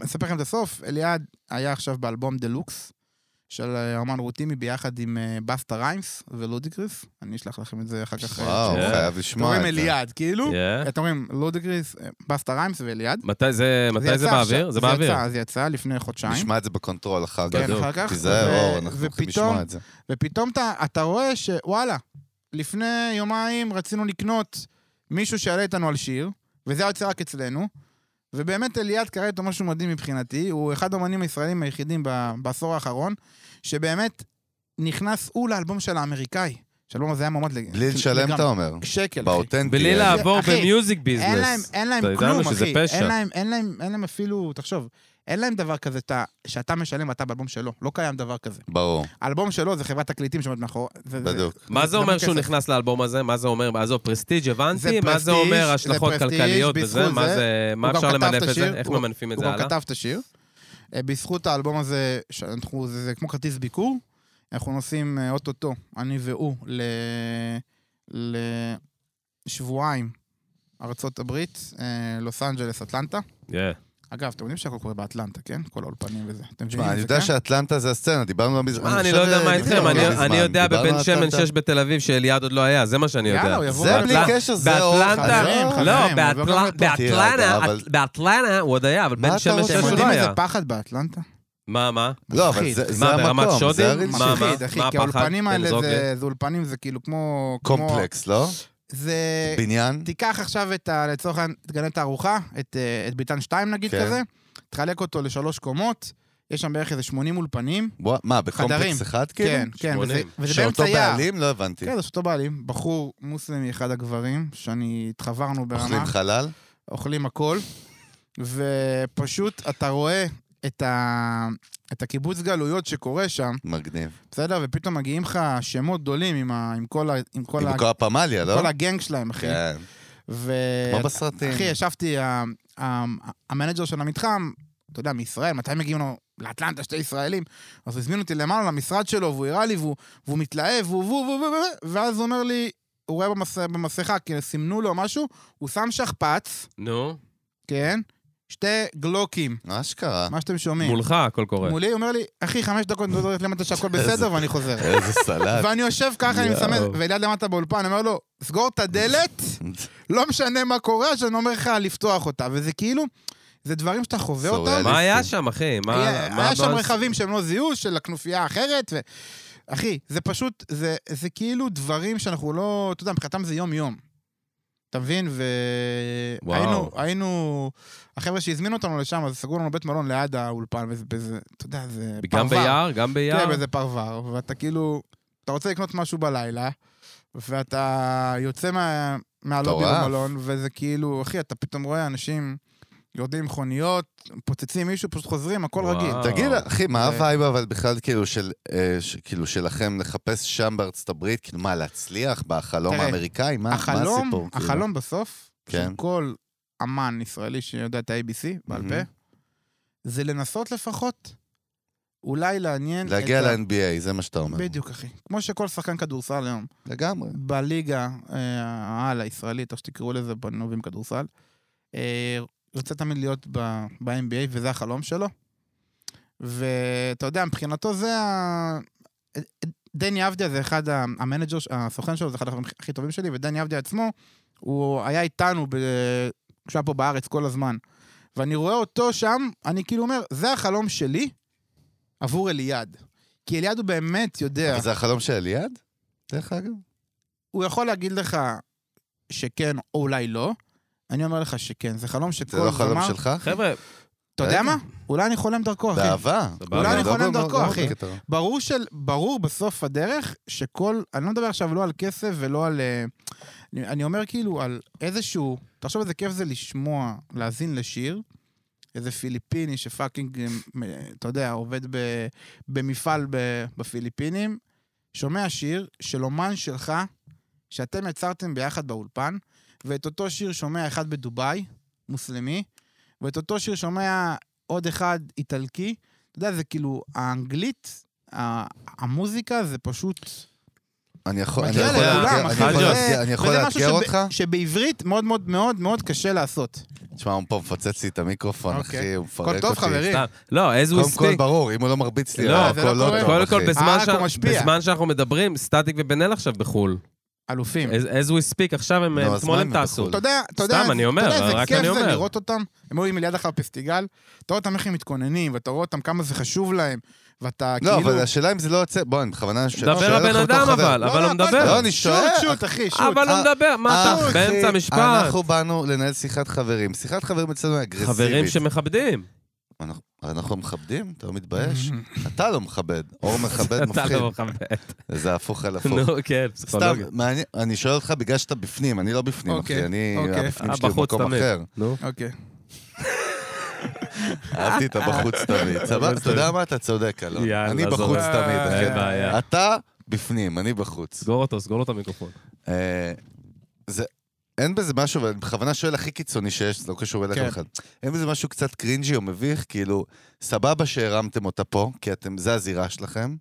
אספר לכם את הסוף, אליעד היה עכשיו באלבום דה לוקס, של אה, ארמן רוטימי ביחד עם אה, בסטה ריימס ולודיגריס, אני אשלח לכם את זה אחר כך. אה, וואו, כן. חייב אתם לשמוע את רואים זה. אליעד, כאילו, כן. אתם רואים לודיגריס, אה, בסטה ריימס ואליעד. מתי זה מתי זה יצא באוויר? עכשיו- זה באוויר. יצא, זה יצא לפני חודשיים. נשמע את זה בקונטרול אחר כך. כן, בדוק. אחר כך. תיזהר, ו- אור, אנחנו ופתאום- הולכים לשמוע את זה. ופתאום אתה, אתה רואה שוואלה, לפני יומיים רצינו לקנות מישהו שיעלה איתנו על שיר, וזה היה יוצא רק אצלנו, ובאמת אליעד קרא איתו משהו מדהים מבחינתי, הוא אחד האמנים הישראלים היחידים ב- בעשור האחרון, שבאמת נכנס הוא לאלבום של האמריקאי. שהאלבום הזה היה מועמד לג- בלי לשלם, לגמרי. אתה אומר. שקל, כן, אחי. באותנטי. אה, בלי לעבור אחי, במיוזיק אין להם, ביזנס. אין להם אתה ידענו כלום, שזה אחי. פשע. אין להם, אין להם, אין להם אפילו, תחשוב, אין להם דבר כזה אתה- שאתה משלם ואתה באלבום שלו. לא קיים דבר כזה. ברור. האלבום שלו זה חברת תקליטים שעומד מאחור. זה- זה- בדיוק. מה זה אומר המון שהוא כסף. נכנס לאלבום הזה? מה זה אומר? עזוב, פרסטיג' הבנתי? מה זה פרסטיג', אומר זה השלכות פרסטיג', כלכליות וזה? בזכות מה זה. זה- מה הוא גם אפשר כתב את למנף את זה? השיר, איך הוא- ממנפים את הוא זה גם הלאה? כתב את השיר. אה, בזכות האלבום הזה, שאנחנו, זה, זה כמו כרטיס ביקור, אנחנו נוסעים אה, אוטוטו, אני והוא, ל... לשבועיים, ארצות הברית, אה, לוס אנג'לס, אטלנטה. כן. אגב, אתם יודעים שהכל קורה באטלנטה, כן? כל האולפנים וזה. אתם מבינים תשמע, את אני זה, יודע כן? שאטלנטה זה הסצנה, דיברנו על מזמן. אה, אני לא יודע מה איתכם, אני- אני יודע בבן שמן 6 בתל אביב שאליעד עוד לא היה, זה מה שאני יודע. יאללה, הוא יבוא. זה באטלנטה. בלי קשר, זה אור. באטלנטה, חברים, חזור. חברים. לא, הוא יבוא גם באטלנ- לפה. באטלנה, אבל- באטלנה הוא עוד היה, אבל מה בן אתה שמן רוצה? שש אתם הוא לא יודעים איזה היה. פחד באטלנטה? מה, מה? לא, אבל מפחיד. זה- זה מה, ברמת המקום, שודים? זה הריל מה, שלי. מה? מפחיד, אחי, מה כי הפחד? האולפנים תן אה? האלה לזרוק זה זה אולפנים, זה כאילו כמו... כמו- קומפלקס, לא? אה, זה... בניין? תיקח עכשיו את ה... לצורך העניין, תגנה את הארוחה, את, אה, את ביתן 2 נגיד כן. כזה, תחלק אותו לשלוש קומות, יש שם בערך איזה 80 אולפנים. בוא- מה, חדרים. בקומפלקס אחד כאילו? כן, כן, וזה, 80. וזה שאותו באמצע יער. בעלים? לא הבנתי. כן, זה שאותו בעלים, בחור מוסלמי, אחד הגברים, שאני התחברנו ברמה, אוכלים אוכלים, חלל? אוכלים הכל, ופשוט אתה רואה את, ה... את הקיבוץ גלויות שקורה שם, מגניב. בסדר? ופתאום מגיעים לך שמות גדולים עם, ה... עם כל, ה... עם כל, עם ה... כל הפמליה, לא? כל הגנג שלהם, אחי. כן. ו... כמו בסרטים. אחי, ישבתי, ה- ה- המנג'ר של המתחם, אתה יודע, מישראל, מתי מגיעים לו לאטלנטה שתי ישראלים? אז הוא הזמין אותי למעלה למשרד שלו, והוא הראה לי, והוא והוא מתלהב, והוא והוא והוא והוא, והוא, ואז הוא אומר לי, הוא רואה במס- במסכה, כי סימנו לו משהו, הוא שם שכפ"ץ, נו, כן? שתי גלוקים, מה אשכרה? מה שאתם שומעים. מולך הכל קורה. מולי, הוא אומר לי, אחי, חמש דקות, אני לא מדבר למטה שהכל בסדר, ואני חוזר. איזה סלט. ואני יושב ככה, אני יואו. מסמן, ואליעד למטה באולפן, אני אומר לו, סגור את הדלת, לא משנה מה קורה, שאני אומר לך לפתוח אותה. וזה כאילו, זה דברים שאתה חווה אותם. סוריאלי. מה היה שם, אחי? מה... היה, מה- היה שם מה- רכבים שהם לא זיהו, של הכנופיה האחרת, ו... אחי, זה פשוט, זה, זה כאילו דברים שאנחנו לא, אתה יודע, מבחינתם זה יום-יום. אתה מבין? וואו. והיינו, היינו, החבר'ה שהזמינו אותנו לשם, אז סגרו לנו בית מלון ליד האולפן, וזה, וזה- אתה יודע, זה גם ביער, גם ביער. כן, וזה פרבר, ואתה כאילו, אתה רוצה לקנות משהו בלילה, ואתה יוצא מה, מהלובי מטורף. במלון, וזה כאילו, אחי, אתה פתאום רואה אנשים יורדים עם מכוניות, פוצצים מישהו, פשוט חוזרים, הכל וואו. רגיל. תגיד, אחי, מה זה- הווייב אבל בכלל כאילו של, אה, ש- כאילו שלכם לחפש שם בארצות הברית? כאילו מה, להצליח בחלום תראה, האמריקאי? מה מה החלום, הסיפור? כאילו? החלום בסוף, כן. של כל אמן ישראלי שיודע את ה-ABC בעל פה, מהמם. זה לנסות לפחות אולי לעניין להגיע את ה- ל-NBA, זה מה שאתה אומר. בדיוק, אחי. כמו שכל שחקן כדורסל היום, לגמרי. בליגה אה, העל הישראלית, או שתקראו לזה בנובים כדורסל. אה, רוצה תמיד להיות ב- ב-NBA, וזה החלום שלו. ואתה יודע, מבחינתו זה ה... דני אבדיה זה אחד ה- המנג'ר, ש- הסוכן שלו, זה אחד החברים הכי טובים שלי, ודני אבדיה עצמו, הוא היה איתנו ב... כשהוא היה פה בארץ כל הזמן. ואני רואה אותו שם, אני כאילו אומר, זה החלום שלי עבור אליעד. כי אליעד הוא באמת יודע. אבל זה החלום של אליעד? דרך אגב. הוא יכול להגיד לך שכן או אולי לא. אני אומר לך שכן, זה חלום שכל זה לא חלום זמר- שלך? חבר'ה, אתה יודע רגע. מה? אולי אני חולם דרכו, אחי. באהבה. סבבה. אולי אני לא חולם ב- לא- דרכו, לא אחי. בקטע רע. ברור, של, ברור בסוף הדרך שכל, אני לא מדבר עכשיו לא על כסף ולא על... אה, אני, אני אומר כאילו על איזשהו, תחשוב איזה כיף זה לשמוע, להאזין לשיר, איזה פיליפיני שפאקינג, אה, מ- אתה יודע, עובד ב, במפעל ב, בפיליפינים, שומע שיר של אומן שלך, שאתם יצרתם ביחד באולפן, ואת אותו שיר שומע אחד בדובאי, מוסלמי, ואת אותו שיר שומע עוד אחד איטלקי. אתה יודע, זה כאילו, האנגלית, ה- המוזיקה זה פשוט... אני יכול אני מגיע יכול לכולם, לאתגר- אחי, אני יכול זה- לאתגר- אני יכול וזה משהו לאתגר שב- אותך? שבעברית מאוד מאוד מאוד מאוד קשה לעשות. תשמע, הוא פה מפוצץ לי את המיקרופון, אוקיי. אחי, הוא מפרק הכל אותי. טוב, חברים. סתם. לא, as we קודם כל, speak. ברור, אם הוא לא מרביץ לי, לא, הכל זה לא לא טוב, קורה. אחי. קודם כל, בזמן אה, שאנחנו- הוא משפיע. בזמן שאנחנו מדברים, סטטיק ובן אל עכשיו בחו"ל. אלופים. as as we speak, עכשיו הם, כן. נו, הם- אז אתמול מה הם הם טסו. בחו"ל? אתה יודע, אתה יודע, סתם, אני אומר, אתה יודע רק אני איזה כיף אומר. זה לראות אותם. הם היו עם אליעד אחלה פסטיגל, אתה רואה אותם איך הם מתכוננים, ואתה רואה אותם כמה זה חשוב להם, ואתה לא, כאילו... אבל השאלה אם זה לא יוצא... בוא, אני בכוונה... ש- דבר שואל הבן אותך בתור אדם, חבר. אבל. הוא הכל מדבר. טוב. לא, אני שואל. שוט, שוט, אחי, שוט. אבל הוא אה, מדבר, מה אתה, אחי, באמצע המשפט. אנחנו באנו לנהל שיחת חברים. שיחת חברים אצלנו היא אגרסיבית. חברים שמכבדים. אנחנו- אנחנו מכבדים? אתה לא מתבייש? אתה לא מכבד. אור מכבד אתה מפחיד. לא מכבד. זה הפוך על הפוך. נו, כן, סתם, פסיכולוגיה. מעניין, אני שואל אותך בגלל שאתה בפנים, אני לא בפנים, אוקיי, אחי, אני, אוקיי. הבפנים אה, שלי בחוץ במקום תמיד. אחר. נו. אוקיי. אהבתי את הבחוץ תמיד, סבבה? אתה יודע מה? אתה צודק, אלון. יאללה, אני בחוץ זורם. תמיד, אין בעיה. אחי. אתה בפנים, אני בחוץ. סגור אותו, סגור לו את המיקרופון. אה, זה, אין בזה משהו, ואני בכוונה שואל הכי קיצוני שיש, זה לא קשור אליך כן. בכלל. אין בזה משהו קצת קרינג'י או מביך, כאילו, סבבה שהרמתם אותה פה, כי אתם, זה הזירה שלכם,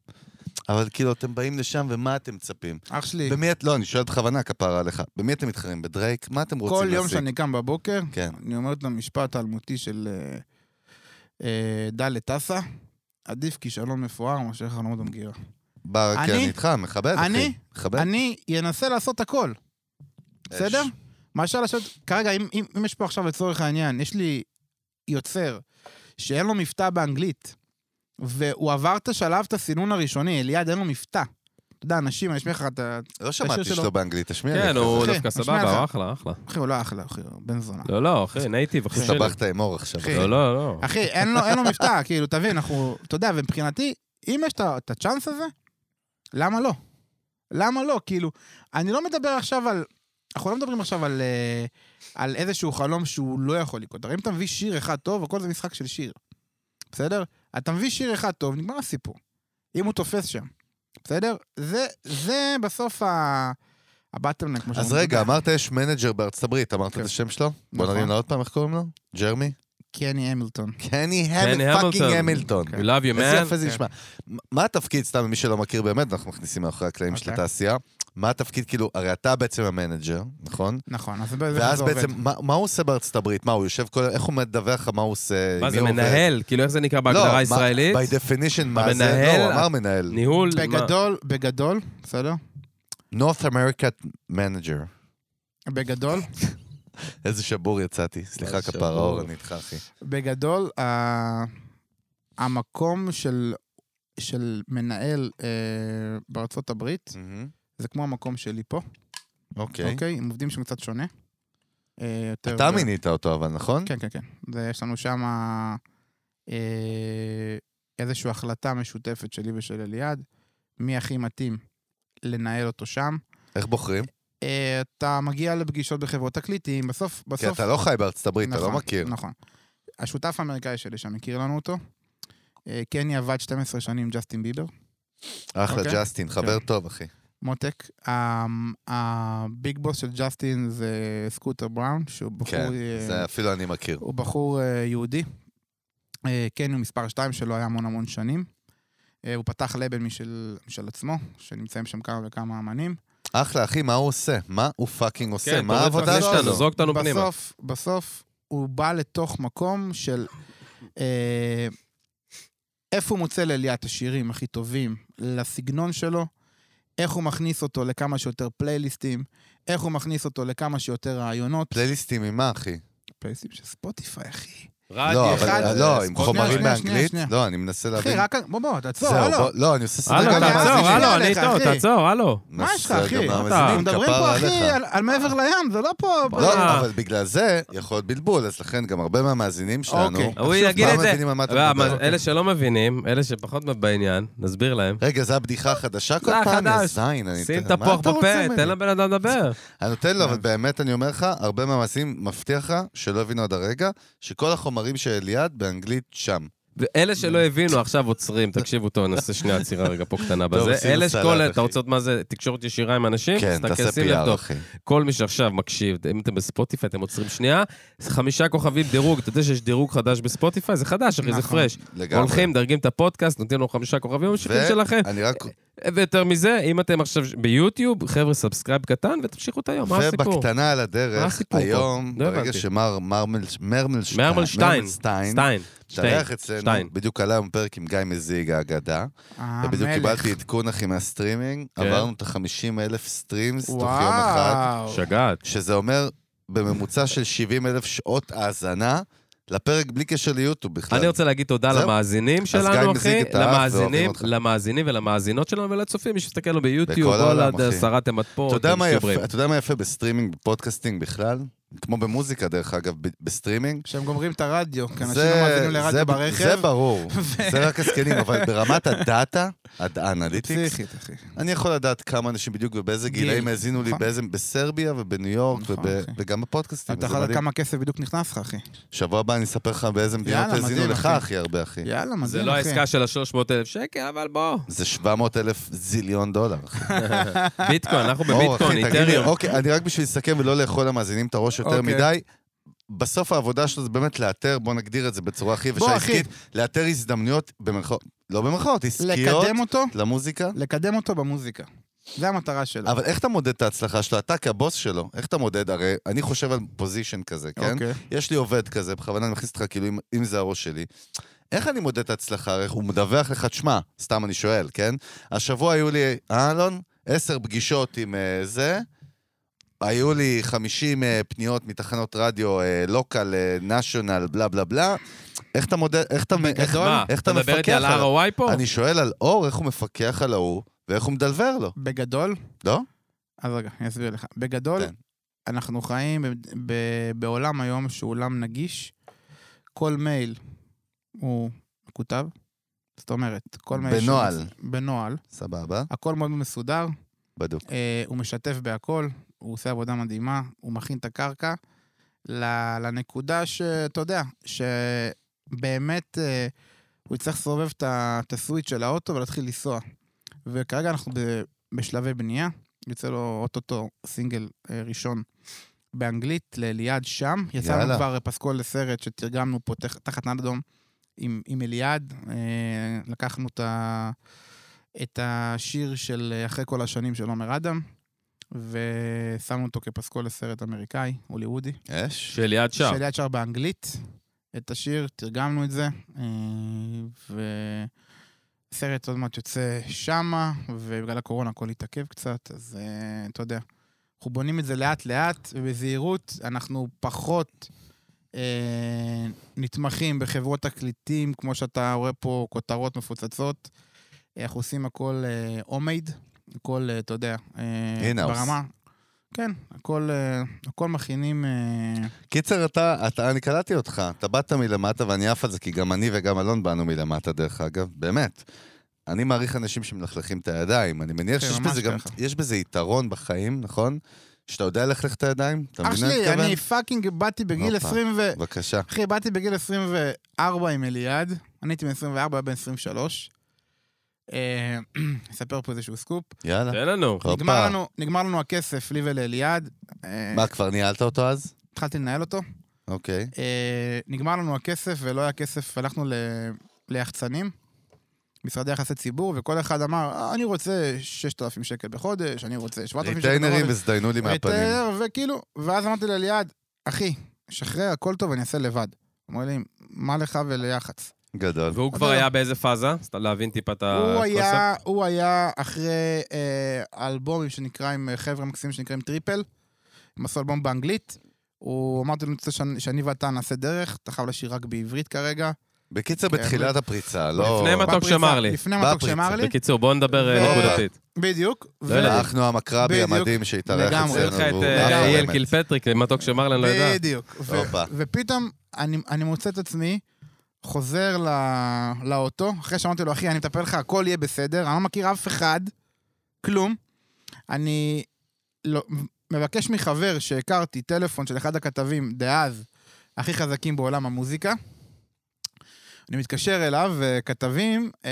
אבל כאילו, אתם באים לשם, ומה אתם מצפים? אח שלי, במי את, לא, אני שואל בכוונה, כפרה עליך, במי אתם מתחרים? בדרייק? מה אתם רוצים כל יום להשיג? שאני קם בבוקר, כן. אני אומר את המשפט האלמותי של אה, אה, ד' טסה, עדיף כישלון מפואר מאשר חלומות במגירה. בר, כן, אני- אני איתך, מכבד, אני- אחי. מכבד. אה, אני אנסה לעשות הכל, בסדר? אש. מאשר לעשות, כרגע, אם, אם, אם יש פה עכשיו לצורך העניין, יש לי יוצר שאין לו מבטא באנגלית, והוא עבר את השלב, את הסינון הראשוני, אליעד אין לו מבטא. אתה יודע, אנשים, אני אשמיע לך את ה... לא שמעתי שלו. שלו באנגלית, תשמיע לי. כן, אחי. הוא אחי, דווקא נשמע סבבה, לך. הוא אחלה, אחלה. אחי, הוא לא אחלה, אחי, הוא בן זונה. לא, לא, אחי, נייטיב, אחי שלי. הסתבכת עם אור עכשיו. אחי. לא, לא, לא. אחי, אוקיי. אין לו, אין לו מבטא, כאילו, תבין, אנחנו, אתה יודע, ומבחינתי, אם יש את ה- את הצ'אנס הזה, למה לא? למה לא? כאילו, אני לא מדבר עכשיו על... אנחנו לא מדברים עכשיו על, אה, על איזשהו חלום שהוא לא יכול לקרות. הרי אם אתה מביא שיר אחד טוב, הכל זה משחק של שיר, בסדר? אתה מביא שיר אחד טוב, נגמר הסיפור. אם הוא תופס שם, בסדר? זה, זה בסוף ה... הבטלנק, כמו אז שאומרים. רגע, אמרת יש מנג'ר בארצות הברית, אמרת כן. את השם שלו? בוא נכון. נרים לה עוד פעם, איך קוראים לו? ג'רמי? קני המילטון. קני קני פאקינג המילטון. המילטון. We love you, איזה man. יפה זה כן. נשמע. מ- מה התפקיד, סתם למי שלא מכיר באמת, אנחנו מכניסים מאחורי הקלעים של אוקיי. התעשייה, מה התפקיד, כאילו, הרי אתה בעצם המנג'ר, נכון? נכון, אז זה זה ואז עובד. בעצם, מה מה הוא עושה בארצות הברית? מה, הוא יושב כל... איך הוא מדווח לך מה הוא עושה? מה עם זה, מי הוא עובד? מנהל? כאילו, איך זה נקרא בהגדרה הישראלית? לא, by definition, מה זה? המנהל- לא, הוא אמר מנהל. ניהול? מה? בגדול, בגדול, בסדר? North America Manager. בגדול, איזה שבור יצאתי. סליחה, איזה כפרה אה, שבור. אור, אני איתך, אחי. בגדול, ה- המקום של, של מנהל אה, בארצות הברית, זה כמו המקום שלי פה, אוקיי. אוקיי? עם עובדים שהם קצת שונה. אה, יותר- אתה מינית אותו, אבל, נכון? כן, כן, כן. זה- יש לנו שם אה, איזושהי החלטה משותפת שלי ושל אליעד, מי הכי מתאים לנהל אותו שם. איך בוחרים? אה, אתה מגיע לפגישות בחברות תקליטים, בסוף, כי בסוף... אתה לא חי בארצות הברית, אתה לא נכון, מכיר. נכון. השותף האמריקאי שלי שם הכיר לנו אותו. אה, קני עבד 12 שנים עם ג'סטין ביבר. אחלה, אוקיי. כן. ג'סטין, חבר טוב, אחי. מותק. המ- הביג בוס של ג'סטין זה סקוטר בראון, שהוא בחור, כן, אה, זה אפילו אני מכיר. הוא בחור אה, יהודי. אה, קני הוא מספר 2 שלו היה המון המון שנים. אה, הוא פתח לבל משל, משל עצמו, שנמצאים שם כמה וכמה אמנים. אחלה, אחי, מה הוא עושה? מה הוא פאקינג עושה? כן, מה תוריד את העבודה הזה שלנו, שלו? זרוק אותנו פנימה. בסוף, בסוף הוא בא לתוך מקום של אה, איפה הוא מוצא לאליעד את השירים הכי טובים, לסגנון שלו, איך הוא מכניס אותו לכמה שיותר פלייליסטים, איך הוא מכניס אותו לכמה שיותר רעיונות. פלייליסטים ממה, אחי? פלייליסטים של ספוטיפיי, אחי. רדיו. לא, אה, אחד. אה, אבל לא, עם שנייה, חומרים שנייה, באנגלית. שנייה. לא, אני מנסה להבין. אחי, רק... בוא, בוא, תעצור, זהו, הלו. בוא- לא, אני עושה סדר הלו, גם רגע, תעצור, שנייה הלו, אני עליך, איתו, אחי. תעצור, הלו. מה יש לך, בסדר, אחי? גם אתה- המאזינים, אנחנו מדברים כפרה פה, אחי, עליך. אה. על- על מעבר לים, זה לא פה... לא, אה. אבל בגלל זה יכול להיות בלבול, אז לכן גם הרבה מהמאזינים שלנו... אוקיי. הוא לא יגיד את זה. מבינים על מה אתה לא, מדבר. אוקיי? אבל אלה שלא מבינים, אלה שפחות בעניין, נסביר להם. רגע, זו הבדיחה החדשה כל לא, פעם? יא חדש. זין, אני... שים מה תפוח אתה רוצה בפה, ממני? תן כן. לבן אדם לדבר. אני נותן לו, אבל באמת אני אומר לך, הרבה מהמעשים, מבטיח לך, שלא הבינו עד הרגע, שכל החומרים שליד באנגלית שם. אלה שלא הבינו, עכשיו עוצרים, תקשיבו טוב, נעשה שנייה עצירה רגע פה קטנה טוב, בזה. עשינו אלה סלט, שכל, אחי. אתה רוצה עוד מה זה, תקשורת ישירה עם אנשים? כן, אז אתה תעשה כן, שים PR, לבדוק. אחי. כל מי שעכשיו מקשיב, אם אתם בספוטיפיי, אתם עוצרים שנייה, חמישה כוכבים דירוג, אתה יודע שיש דירוג חדש בספוטיפיי? זה חדש, אחי, זה נכון. פרש. לגמרי. הולכים, דרגים את הפודקאסט, נותנים לו חמישה כוכבים ממשיכים ו- שלכם. אה, אני רק... ויותר מזה, אם אתם עכשיו ביוטיוב, חבר'ה, סאבסקרייב קטן ותמשיכו את היום, מה הסיפור? ובקטנה על מה הדרך, הסיפור פה? היום, לא ברגע הבנתי. שמר מרמל- מרמלשטיין, מרמלשטיין, מרמלשטיין, שטיין, שטיין, התארח אצלנו, שטיין. בדיוק עלה היום פרק עם גיא מזיג, האגדה, אה, ובדיוק מלך. קיבלתי עדכון, אחי, מהסטרימינג, כן. עברנו את ה-50 אלף סטרימס תוך יום אחד, וואו. שגעת. שזה אומר בממוצע של 70 אלף שעות האזנה לפרק בלי קשר ליוטיוב בכלל. אני רוצה להגיד תודה זהו. למאזינים גיא שלנו, מזיג אחי, את האף ואוהבים למאזינים, אותך. למאזינים ולמאזינות שלנו ולצופים, מי שמסתכל לנו ביוטיוב, בכל העולם, וואלה, אחי. שרת המטפות, אתה יודע מה אתם סופרים. יפה- אתה יודע מה יפה בסטרימינג, בפודקאסטינג בכלל? כמו במוזיקה, דרך אגב, ב- בסטרימינג. כשהם גומרים את הרדיו, כי אנשים זה- לא מאזינים זה- לרדיו זה ברכב. ברור, זה רק הזקנים, אבל ברמת הדאטה, הד- האנליטיקס, פסיכית, אחי. אני יכול לדעת כמה אנשים בדיוק ובאיזה גיל. גילאים האזינו לי, נכון. באיזה, בסרביה ובניו יורק נכון, וב- אחי. וגם בפודקאסטים. אתה זה יכול לדעת מדהים. כמה כסף בדיוק נכנס לך, אחי. שבוע הבא אני אספר לך באיזה מדינות יאללה, האזינו מדהים, לך אחי. הכי הרבה, אחי. יאללה, מדהים, אחי. זה לא העסקה של ה-300,000 שקל, אבל בוא. זה 700 אלף זיליון דולר. אחי. ביטקוין, אנחנו אור, אחי, בביטקוין, תגיד לי, איתריום. אוקיי, אני רק בשביל לסכם ולא לאכול למאזינים את הראש יותר אוקיי. מדי. בסוף העבודה שלו זה באמת לאתר, בוא נגדיר את זה בצורה הכי יבשה בוא, אחי. עסקית, לאתר הזדמנויות, במרכאות, לא במרכאות, עסקיות, לקדם אותו, למוזיקה. לקדם אותו במוזיקה. זה המטרה שלו. אבל איך אתה מודד את ההצלחה שלו? אתה כבוס שלו, איך אתה מודד? הרי אני חושב על פוזיישן כזה, כן? אוקיי. יש לי עובד כזה, בכוונה אני מכניס אותך כאילו אם, אם זה הראש שלי. איך אני מודד את ההצלחה? הרי הוא מדווח לך, תשמע, סתם אני שואל, כן? השבוע היו לי, אה, אלון? עשר פגישות עם אה, זה. היו לי 50 אה, פניות מתחנות רדיו, אה, לוקל, national, בלה בלה בלה. איך אתה מודד, איך אתה, איך, מה, אוקיי, איך אתה מדבר איתי על ROI פה? אני שואל על אור, איך הוא מפקח על ההוא, ואיך הוא מדלבר לו, בגדול, לא? אז רגע, אני אסביר לך. בגדול, כן. אנחנו חיים ב- ב- בעולם היום שהוא עולם נגיש. כל מייל הוא מכותב. זאת אומרת, כל מייל... שהוא- בנוהל. בנוהל. סבבה, הכל מאוד מסודר. בדוק. אה, הוא משתף בהכל, הוא עושה עבודה מדהימה, הוא מכין את הקרקע ל- לנקודה שאתה יודע, שבאמת אה, הוא יצטרך לסובב את ה- את הסוויץ' של האוטו ולהתחיל לנסוע. וכרגע אנחנו ב- בשלבי בנייה, יוצא לו אוטוטו סינגל אה, ראשון באנגלית לאליעד שם. יצא לנו יאללה. כבר אה, פסקול לסרט שתרגמנו פה תח- תחת נד אדום עם, עם אליעד. אה, לקחנו את, ה, את השיר של אה, אחרי כל השנים של עומר אדם, ושמנו אותו כפסקול לסרט אמריקאי, הוליוודי. יש? של יד שם. של יד שר באנגלית. את השיר, תרגמנו את זה, אה, וסרט עוד מעט יוצא שמה, ובגלל הקורונה הכל התעכב קצת, אז אה, אתה יודע, אנחנו בונים את זה לאט-לאט ובזהירות, אנחנו פחות אה, נתמכים בחברות תקליטים, כמו שאתה רואה פה כותרות מפוצצות. אה, אנחנו עושים הכל אה, הומייד, הכל, אה, אתה יודע, אה, In-house. ברמה. כן, הכל, אה, הכל מכינים... אה, קיצר, אתה, אתה, אני קלטתי אותך, אתה באת מלמטה ואני עף על זה, כי גם אני וגם אלון באנו מלמטה, דרך אגב, באמת. אני מעריך אנשים שמלכלכים את הידיים, אני מניח כן, שיש ממש בזה גם, ככה. יש בזה יתרון בחיים, נכון? שאתה יודע ללכלך את הידיים? אתה אח מבין מה שלי, מתכוון? אני פאקינג באתי בגיל הופה. 20 ו... בבקשה. אחי, באתי בגיל 24 עם אליעד, אני הייתי בן 24, הוא היה בן 23. אה, אספר פה איזשהו סקופ. יאללה. תן לנו. הופה. נגמר לנו- נגמר לנו הכסף, לי ולאליעד. אה, מה, כבר ניהלת אותו אז? התחלתי לנהל אותו. אוקיי. אה, נגמר לנו הכסף ולא היה כסף, הלכנו ל... ליחצנים, משרדי יחסי ציבור, וכל אחד אמר, "אה, אני רוצה 6,000 שקל בחודש, אני רוצה 7,000 שקל בחודש. ריטיינרים הזדיינו לי מהפנים. ריטיינר, וכאילו, ואז אמרתי לאליעד, אחי, שחרר, הכל טוב, אני אעשה לבד. אמר לי, מה לך וליח"צ? גדול. והוא כבר היה באיזה פאזה? סתם להבין טיפה אה, את ה... הוא הקונספט. היה, הוא היה אחרי אה, אלבומים שנקרא עם חבר'ה מקסימים שנקראים טריפל, הם עשו אלבום באנגלית, הוא אמרתי לו, אני רוצה שאני- שאני ואתה נעשה דרך, אתה חייב לשיר רק בעברית כרגע. בקיצר, כן, בתחילת הפריצה, לא... לפני מתוק בפריצה- שמר לי. לפני מתוק בפריצה. שמר לי, בקיצור, בואו נדבר אה, ו- נקודתית. בדיוק. לא ו- ילדים. האח נועם אקרבי בדיוק, המדהים שהתארח לגמרי. אצלנו. נראה לך את והוא אה, אחלה אייל באמת. קילפטריק, מתוק שמר לי, אני לא יודע. בדיוק. ו- הופה. ופתאום אני, אני מוצא את עצמי, חוזר ל, לאוטו, אחרי שאמרתי לו, אחי, אני מטפל לך, הכל יהיה בסדר, אני לא מכיר אף אחד, כלום. אני לא, מבקש מחבר שהכרתי טלפון של אחד הכתבים דאז, הכי חזקים בעולם המוזיקה. אני מתקשר אליו, וכתבים אה,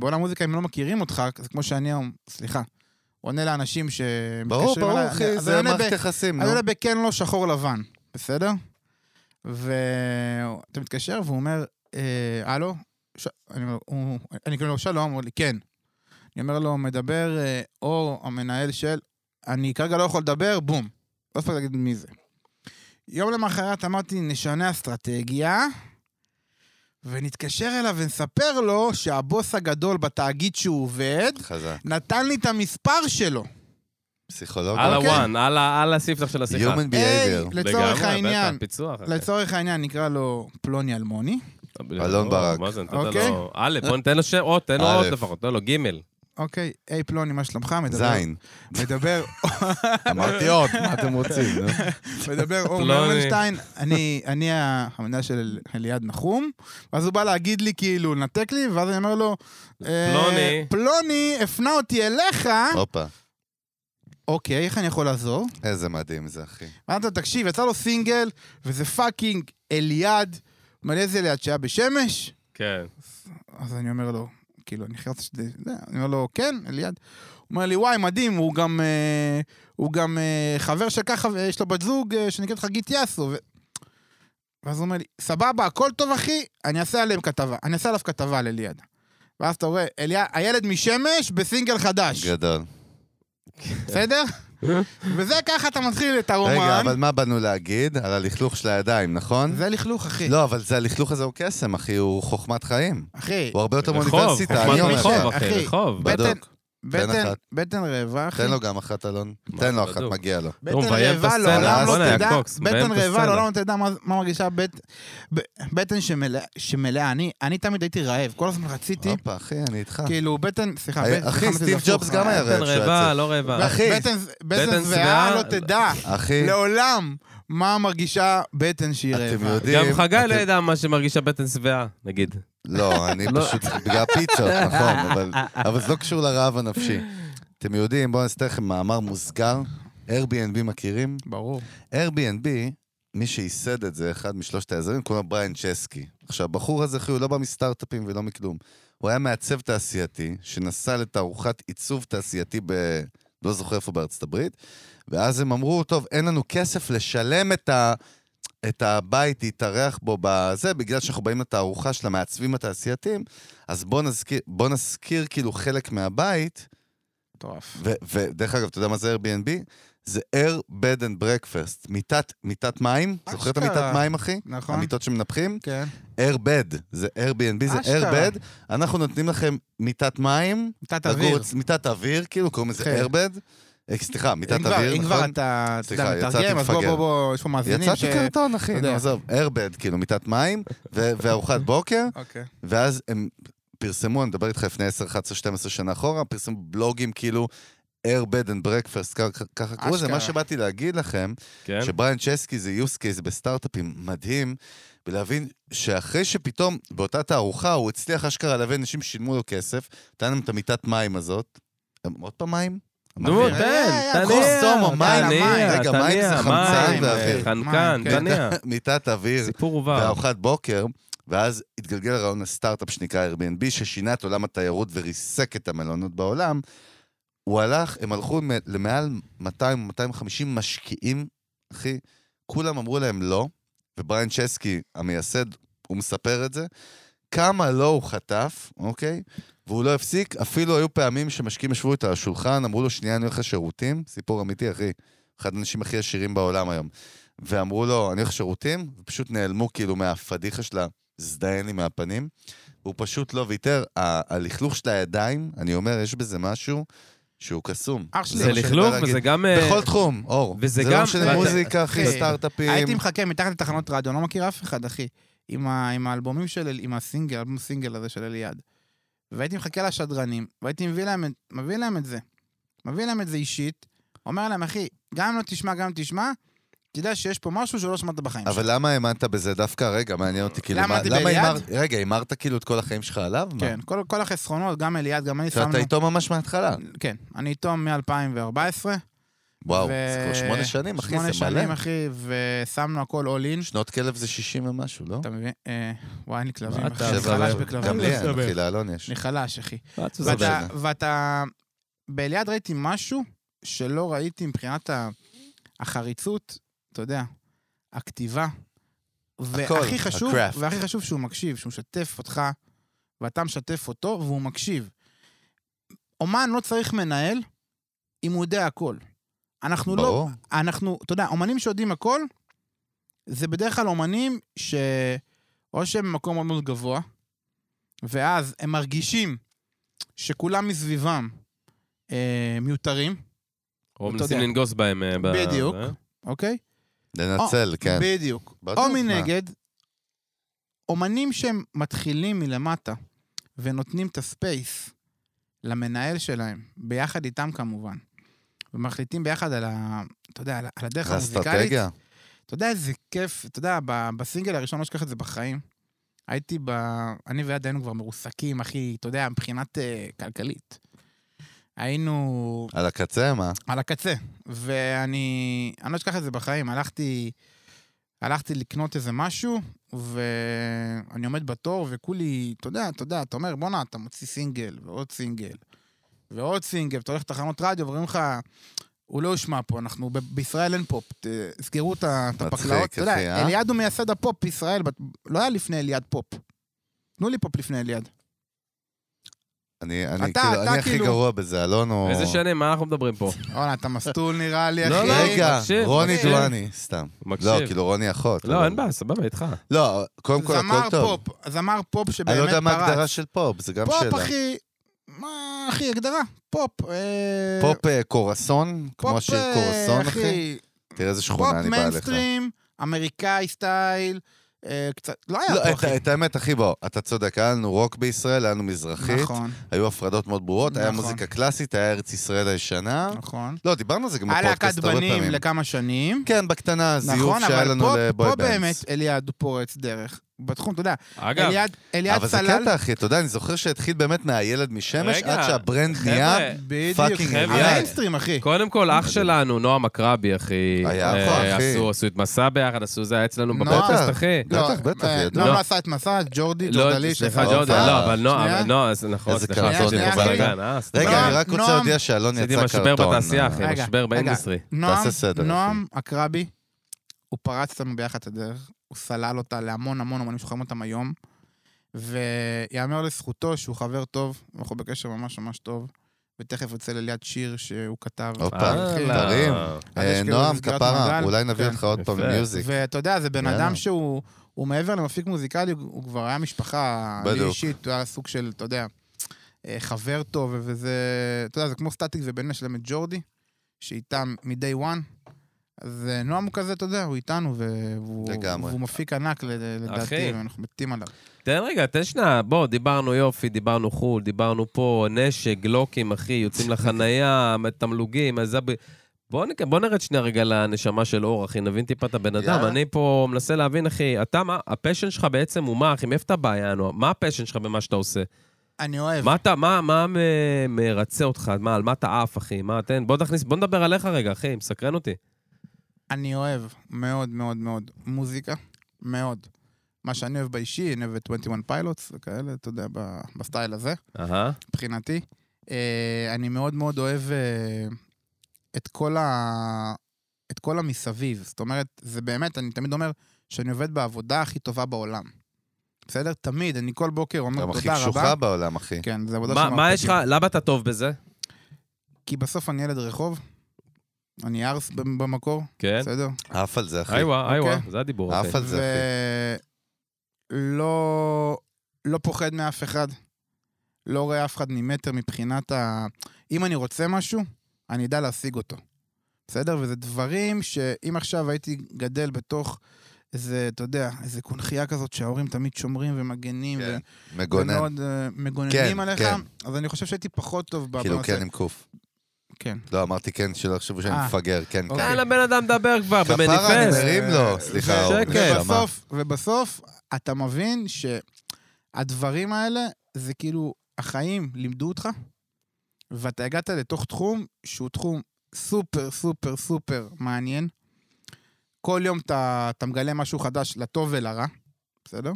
בעולם המוזיקה, אם לא מכירים אותך, זה כמו שאני היום, סליחה, עונה לאנשים שמתקשרים ברור, ברור, אליי, אחי, אז זה אני עונה ב- מערכת יחסים, אני נו. יודע בכן לא שחור לבן, בסדר? ואתה מתקשר והוא אומר, אה, הלו? ש... אני אומר, הוא- אני כאילו, שלום, הוא אומר לי, כן. אני אומר לו, מדבר אה, אור, המנהל של, אני כרגע לא יכול לדבר, בום. לא הספקתי להגיד מי זה. יום למחרת אמרתי, נשנה אסטרטגיה, ונתקשר אליו ונספר לו שהבוס הגדול בתאגיד שהוא עובד, חזק. נתן לי את המספר שלו. פסיכולוג. על אוקיי. הוואן, על ה- על הספתח של השיחה. Human היי, behavior. לצורך העניין, פיצוח. אחי. לצורך העניין נקרא לו פלוני אלמוני, אלון לא, ברק. מה זה, נתת אוקיי. לו... א', בוא ניתן לו שם, עוד, תן לו א'. עוד לפחות, תן לו ג'. אוקיי, היי פלוני, מה שלומך? מדבר- זין. מדבר אמרתי עוד, מה אתם רוצים? נו? מדבר אור פלוני. מרמנשטיין, אני אני ה- המנהל של אל- אליעד נחום, ואז הוא בא להגיד לי כאילו, נתק לי, ואז אני אומר לו, אה, פלוני. פלוני הפנה אותי אליך, הופה. אוקיי, איך אני יכול לעזור? איזה מדהים זה, אחי. ואז אתה תקשיב, יצא לו סינגל, וזה פאקינג אליעד, הוא אומר לי איזה אליעד שהיה בשמש? כן. אז אני אומר לו, כאילו, אני חייב שזה... זה, אני אומר לו, כן, אליעד. הוא אומר לי, וואי, מדהים, הוא גם, אה, הוא גם אה, חבר של ככה, ויש לו בת זוג אה, שנקראת חגית יאסו. ו... ואז הוא אומר לי, סבבה, הכל טוב, אחי, אני אעשה עליהם כתבה. אני אעשה עליו כתבה על אליעד. ואז אתה רואה, אליה, הילד משמש בסינגל חדש, גדול. בסדר? וזה ככה אתה מתחיל את רגע, הרומן. אבל מה באנו להגיד? על הלכלוך של הידיים, נכון? זה לכלוך, אחי. לא, אבל זה, הלכלוך הזה הוא קסם, אחי, הוא חוכמת חיים. אחי, הוא הרבה יותר רחוב, מאוניברסיטה, חוכמת אני אומר רחוב, לך. אחי, אחי, רחוב. בדוק. בטן, בטן, אחת. בטן רעבה, אחי. תן לו גם אחת, אלון. מה, תן לו אחת, בדוק. מגיע לו. הוא בטן מביים את רעבה הסצנה, לעולם בוא'נה, לא יא תדע, קוקס, מביים בטן את רעבה הסצנה. לעולם לא תדע מה מה מרגישה בט- ב- בטן שמלאה- שמלאה, אני אני תמיד הייתי רעב, כל הזמן רציתי, הופה, אחי, אני איתך. כאילו בטן, סליחה, אה, בטן- אחי, סליחה, סטיב זה ג'ובס הפוך. גם היה רעב בטן כשהוא היה רעבה, צעיר. לא רעבה. אחי. בטן- בטן בטן שבעה שבעה- לא תדע, אחי, לעולם, מה מרגישה בטן שהיא אתם רעבה. יודעים- גם חגי אתם- לא ידע מה שמרגישה בטן שבעה, נגיד. לא, אני לא. פשוט בגלל פיצות, נכון, אבל- אבל זה לא קשור לרעב הנפשי. אתם יודעים, בואו נסתכל לכם מאמר מוסגר, Airbnb מכירים? ברור. Airbnb, מי שייסד את זה, אחד משלושת היזמים, קוראים לו בריין צ'סקי. עכשיו, הבחור הזה, אחי, הוא לא בא מסטארט-אפים ולא מכלום. הוא היה מעצב תעשייתי, שנסע לתערוכת עיצוב תעשייתי ב... לא זוכר איפה בארצות הברית, ואז הם אמרו, טוב, אין לנו כסף לשלם את, ה... את הבית להתארח בו בזה, בגלל שאנחנו באים לתערוכה של המעצבים התעשייתיים, אז בוא נזכיר, בוא נזכיר כאילו חלק מהבית, מטורף. ו- ודרך אגב, אתה יודע מה זה Airbnb? זה Air Bed and Breakfast, מיטת, מיטת מים, זוכר את אשכרה. המיטת מים, אחי? נכון? המיטות שמנפחים? כן. Air Bed, זה Airbnb, זה Air אשכרה. Bed. אנחנו נותנים לכם מיטת מים, מיטת לגור- אוויר. מיטת אוויר, כאילו קוראים לזה כן. Air Bed. אה, סליחה, מיטת אם כבר- אוויר, אם נכון? כבר אתה אתה יודע, סליחה, יצאתי מתרגם, אז בוא, מפגר. בוא, בוא, יש פה מאזינים ש... יצאתי קרטון, אחי, אתה נו, יודע. עזוב, Airbed, כאילו, מיטת מים, ו- וארוחת בוקר, אוקיי. ואז הם פרסמו, אני מדבר איתך לפני 10, 11, 12 שנה אחורה, פרסמו בלוגים כאילו Air Bed and Breakfast, כ- ככה קראו לזה. אשכרה. מה שבאתי להגיד לכם, כן? שבריין צ'סקי זה use case בסטארט-אפים מדהים, ולהבין שאחרי שפתאום באותה תערוכה הוא הצליח אשכרה להביא אנשים ששילמו לו כסף, נתן להם את המיטת מים הזאת. הם- עוד פעם מים? נו, אמרתי, תן, אה, תניע, כוס סומו, מים, תניע, רגע, מים תניע, זה חמצן מים, אה, ואוויר. חנקן, מים, כן. תניע. מיטת אוויר. סיפור ובר. וארוחת בוקר, ואז התגלגל הרעיון לסטארט-אפ שנקרא Airbnb, ששינה את עולם התיירות וריסק את המלונות בעולם. הוא הלך, הם הלכו מ- למעל 200-250 משקיעים, אחי, כולם אמרו להם לא, ובריין צ'סקי, המייסד, הוא מספר את זה, כמה לא הוא חטף, אוקיי? והוא לא הפסיק, אפילו היו פעמים שמשקיעים ישבו איתו על השולחן, אמרו לו, שנייה, אני הולך לשירותים, סיפור אמיתי, אחי, אחד האנשים הכי עשירים בעולם היום. ואמרו לו, אני הולך לשירותים, ופשוט נעלמו כאילו מהפדיחה של הזדיין לי מהפנים. הוא פשוט לא ויתר, ה- הלכלוך של הידיים, אני אומר, יש בזה משהו שהוא קסום. אח שלי, זה זה מה שאני לכלוך בא להגיד. וזה גם... אה, בכל תחום, אור. וזה גם- זה לא משנה ואתה- מוזיקה, אחי, אחי, סטארט-אפים. אה, הייתי מחכה מתחת לתחנות רדיו, אני לא מכיר אף אחד, אחי. עם, ה, עם האלבומים של, אל- עם הסינגל, אלבום סינגל הזה של אליעד. והייתי מחכה לשדרנים, והייתי מביא להם, את- מביא להם את זה. מביא להם את זה אישית, אומר להם, אחי, גם אם לא תשמע, גם אם תשמע, תדע שיש פה משהו שלא שמעת בחיים שלך. אבל למה האמנת בזה דווקא? רגע, מעניין אותי, כאילו, למה מה- זה למה ביד? הימרת... רגע, הימרת כאילו את כל החיים שלך עליו? מה? כן, כל, כל החסכונות, גם אליעד, גם אני שמנו... שאתה איתו ממש מההתחלה. כן, אני איתו מ-2014. וואו, זה כבר שמונה שנים, אחי, זה שמונה שנים, מלא. אחי, ושמנו הכל אול אין. שנות כלב זה 60 ומשהו, לא? אתה מבין? אה, וואי, אין לי כלבים, מה אחי, אתה אני מדבר? חלש גם בכלבים. לי אין, מסתבר. אחי, לאלון יש. אני חלש, אחי. מה אתה זה מדבר? ואתה, בסדר. ואתה... באליעד ראיתי משהו שלא ראיתי מבחינת ה- החריצות, אתה יודע, הכתיבה. והכי חשוב, ה-craft. והכי חשוב שהוא מקשיב, שהוא משתף אותך, ואתה משתף אותו, והוא מקשיב. אומן לא צריך מנהל אם הוא יודע הכל. אנחנו לא ברור. אנחנו, אתה יודע, אומנים שיודעים הכל, זה בדרך כלל אומנים ש... או שהם במקום מאוד מאוד גבוה, ואז הם מרגישים שכולם מסביבם אה, מיותרים, או אתה מנסים יודע. לנגוס בהם. אה, ב- בדיוק. אה? אוקיי? לנצל, כן. בדיוק. בטוח, או מה? מנגד, אומנים שהם מתחילים מלמטה ונותנים את הספייס למנהל שלהם, ביחד איתם כמובן, ומחליטים ביחד על ה... אתה יודע, על ה- על הדרך המוזיקלית, אסטרטגיה. אתה יודע איזה כיף, אתה יודע, ב- בסינגל הראשון, לא אשכח את זה בחיים. הייתי ב... אני ועד היינו כבר מרוסקים, אחי, אתה יודע, מבחינת uh, כלכלית. היינו על הקצה, מה? על הקצה, ואני אני לא אשכח את זה בחיים. הלכתי, הלכתי לקנות איזה משהו, ואני עומד בתור, וכולי, אתה יודע, אתה יודע, אתה אומר, בואנה, אתה מוציא סינגל, ועוד סינגל, ועוד סינגל, אתה הולך לתחנות רדיו, ואומרים לך, הוא לא יושמע פה, אנחנו, ב- בישראל אין פופ, ת- סגרו את ה- את מצחיק, הפקלאות. אתה אחי, יודע, אה? אליעד הוא מייסד הפופ בישראל, בת- לא היה לפני אליעד פופ. תנו לי פופ לפני אליעד. אני אני אתה- כאילו, אתה אני הכי כאילו- גרוע בזה, אלון הוא... איזה שנים? מה אנחנו מדברים פה? וואלה, אתה מסטול נראה לי, אחי. לא, לא. רגע, מקשיב, רוני מקשיב. דואני, סתם. לא, מקשיב. כאילו רוני אחות. לא, אבל- אין בעיה, סבבה, איתך. לא, קודם כל, זמר הכל טוב. פופ, זמר פופ שבאמת פרץ. אני לא יודע מה ההגדרה של פופ, זה גם פופ, שאלה. אחי, מה, אחי, הגדרה, פופ. אה, פופ אה, קורסון, כמו פופ, השיר אה, קורסון, אחי. תראה איזה פופ שכונה אני בא לך. מיינסטרים, אמריקאי סטייל, אה, קצת, לא היה לא, פה, את- אחי. את האמת, אחי, בוא, אתה צודק, היה לנו רוק בישראל, היה לנו מזרחית, נכון, היו הפרדות מאוד ברורות, היה נכון. מוזיקה קלאסית, היה ארץ ישראל הישנה. נכון. לא, דיברנו על זה גם היה בפודקאסט להקת הרבה פעמים. בנים לכמה שנים. כן, בקטנה, זיוף נכון, שהיה אבל לנו פה- לבוי פה באמת בנדס. אליעד הוא פורץ דרך. בתחום, אתה יודע, אגב, אליעד אליעד אבל זה סלל... קטע, אחי, אתה יודע, אני זוכר שהתחיל באמת מהילד משמש, רגע, עד שהברנד חבר'ה, נהיה בדיוק, פאקינג חבר'ה. אליעד. המיינסטרים, אחי. קודם כל, אח שלנו, נועם אקרבי, אחי. היה אה, פה, אחי. עשו- עשו את מסע ביחד, עשו זה היה אצלנו נועם. בפודקאסט, אחי. בטח, בטח, אה, ידוע. נועם לא. עשה את מסע, ג'ורדי, לא, ג'ורדלי, סליחה, שפע. ג'ורדן, הופה. לא, אבל שנייה. נועם, נועם, אז נכון, איזה סליחה, קרטון, שנייה, הוא שנייה, בלגן. שנייה, אה, סליחה. רגע, אני נועם, רק רוצה נועם. להודיע שאלון עשיתי יצא משבר קרטון. בתעשייה, אחי, רגע, משבר באינדסטרי. נועם, תעשה סדר, נועם עקרבי, הוא פרץ אותנו ביחד את הדרך, הוא סלל אותה להמון המון אמנים שחברים אותם היום, ויאמר לזכותו שהוא חבר טוב, אנחנו בקשר ממש ממש טוב, ותכף יוצא לליד שיר שהוא כתב. הופה, אחי. הלאה. דברים. אז אה, יש כאילו נועם, סגירת כפרה, מעגל. אולי נביא כן. אותך עוד פעם יפה. מיוזיק. ואתה יודע, זה בן יאללה. אדם שהוא הוא מעבר למפיק מוזיקלי, הוא הוא כבר היה משפחה. בדיוק. לי אישית, הוא היה סוג של, אתה יודע, אה, חבר טוב, וזה, אתה יודע, זה כמו סטטיק ובן שלם את ג'ורדי, שאיתם מ-day one. אז אה, נועם הוא כזה, אתה יודע, הוא איתנו, והוא, לגמרי. והוא מפיק ענק ל- לדעתי, אחי. ואנחנו מתים עליו. תן רגע, תן שנייה, בוא, דיברנו יופי, דיברנו חו"ל, דיברנו פה, נשק, גלוקים, אחי, יוצאים לחנייה, תמלוגים, אז זה... ב- בוא, נק... בוא נרד שנייה רגע לנשמה של אור, אחי, נבין טיפה את הבן אדם. יאללה. אני פה מנסה להבין, אחי, אתה, מה, הפשן שלך בעצם הוא מה, אחי, מאיפה אתה בא, יענו? מה הפשן שלך במה שאתה עושה? אני אוהב. מה אתה, מה, מה מ... מרצה אותך? מה, על מה אתה עף, אחי? מה, תן, בוא נכניס, בוא נדבר עליך רגע, אחי, מסקרן אותי. אני אוהב מאוד מאוד מאוד מוזיקה, מאוד. מה שאני אוהב באישי, אני אוהב את 21 פיילוטס וכאלה, אתה יודע, ב- בסטייל הזה. אהה, מבחינתי. אה, אני מאוד מאוד אוהב אה, את כל ה... את כל המסביב. זאת אומרת, זה באמת, אני תמיד אומר שאני עובד בעבודה הכי טובה בעולם. בסדר? תמיד, אני כל בוקר אומר גם תודה רבה. הכי קשוחה בעולם, אחי. כן, זו עבודה מה, של מה מרפקים. יש לך, למה אתה טוב בזה? כי בסוף אני ילד רחוב, אני ארס במ- במקור, כן. בסדר? עף על זה, אחי. איווה, איווה, אוקיי. זה הדיבור, אחי. עף על זה, אחי. ולא לא פוחד מאף אחד. לא רואה אף אחד ממטר מבחינת ה... אם אני רוצה משהו, אני אדע להשיג אותו. בסדר? וזה דברים שאם עכשיו הייתי גדל בתוך איזה, אתה יודע, איזה קונכייה כזאת שההורים תמיד שומרים ומגנים, כן, ו- מגונן. ומאוד אה, מגוננים כן, עליך, כן. אז אני חושב שהייתי פחות טוב כאילו כן עם קוף. כן. לא, אמרתי כן, שלא יחשבו שאני אה, מפגר, כן, אוקיי. כן. יאללה, בן אדם מדבר כבר, כפרה, אני במניפסט. מרים לו. סליחה, לא, אור. שקט. נשמה. ובסוף, ובסוף אתה מבין שהדברים האלה זה כאילו, החיים לימדו אותך, ואתה הגעת לתוך תחום שהוא תחום סופר סופר סופר מעניין. כל יום אתה, אתה מגלה משהו חדש לטוב ולרע, בסדר?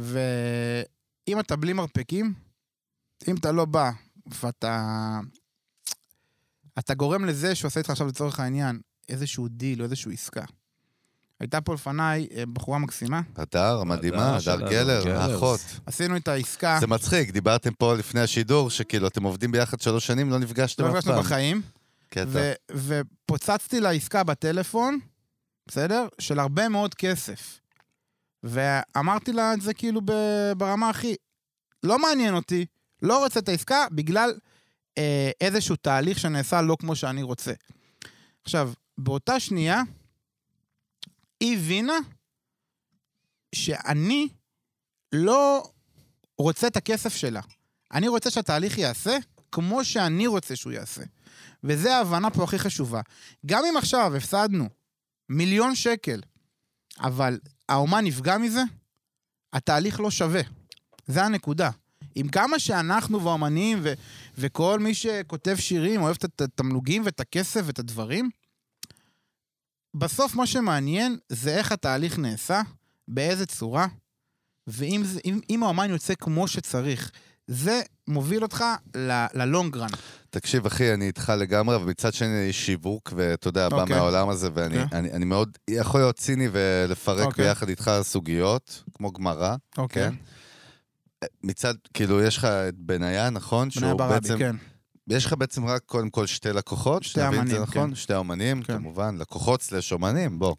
ואם אתה בלי מרפקים, אם אתה לא בא ואתה... אתה גורם לזה שעושה איתך עכשיו לצורך העניין איזשהו דיל או איזושהי עסקה. הייתה פה לפניי אה, בחורה מקסימה, הדר, מדהימה, שלנו, הדר גלר. גלר, האחות. עשינו איתה עסקה, זה מצחיק, דיברתם פה לפני השידור, שכאילו, אתם עובדים ביחד שלוש שנים, לא נפגשתם לא אף נפגשנו פעם. בחיים, קטע. ו- ופוצצתי לה עסקה בטלפון, בסדר? של הרבה מאוד כסף. ואמרתי לה את זה כאילו ב- ברמה הכי, לא מעניין אותי, לא רוצה את העסקה בגלל אה, איזשהו תהליך שנעשה לא כמו שאני רוצה. עכשיו, באותה שנייה, היא הבינה שאני לא רוצה את הכסף שלה. אני רוצה שהתהליך ייעשה כמו שאני רוצה שהוא ייעשה. וזו ההבנה פה הכי חשובה. גם אם עכשיו הפסדנו מיליון שקל, אבל האומן נפגע מזה, התהליך לא שווה. זה הנקודה. עם כמה שאנחנו והאומנים ו- וכל מי שכותב שירים אוהב את הת- התמלוגים ואת הכסף ואת הדברים, בסוף מה שמעניין זה איך התהליך נעשה, באיזה צורה, ואם זה- אם- אם האומן יוצא כמו שצריך. זה מוביל אותך ללונגרן. תקשיב, אחי, אני איתך לגמרי, ומצד שני, יש שיווק, ואתה יודע, בא אוקיי. מהעולם הזה, ואני אוקיי. אני- אני מאוד יכול להיות ציני ולפרק אוקיי. ביחד איתך סוגיות, כמו גמרא. אוקיי. כן. מצד, כאילו, יש לך את בניה, נכון? בניה שהוא ברבי, בעצם- כן. יש לך בעצם רק קודם כל שתי לקוחות, שתי שנבין את זה אמנים, נכון? כן. שתי אמנים, כן. כמובן, לקוחות סלש אמנים, בוא.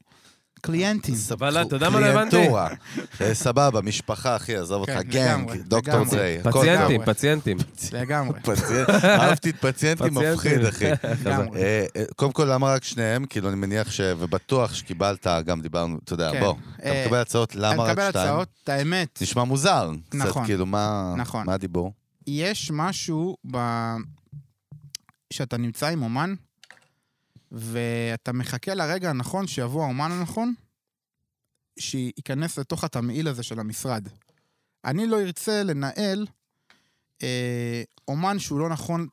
קליינטים. אבל אתה יודע מה לא הבנתי? קליינטורה. אה, סבבה, משפחה, אחי, עזוב אותך, כן, גנג, לגמרי, דוקטור לגמרי. דריי. הכל פציינטים, לגמרי. פציינטים. לגמרי. פציינט, אהבתי את פציינטי פציינטי. מפחיד, אחי. לגמרי. אה, אה, קודם כל, למה רק שניהם? כאילו, אני מניח ש... ובטוח שקיבלת, גם דיברנו, אתה יודע, כן. בוא, אתה אה, מקבל הצעות, למה אני רק מקבל שתיים? הצעות, את האמת, נשמע מוזר. קצת, נכון. כאילו, מה נכון. מה הדיבור? יש משהו ב... שאתה נמצא עם אומן, ואתה מחכה לרגע הנכון שיבוא האומן הנכון, שייכנס לתוך התמהיל הזה של המשרד. אני לא ארצה לנהל אה, אומן שהוא לא נכון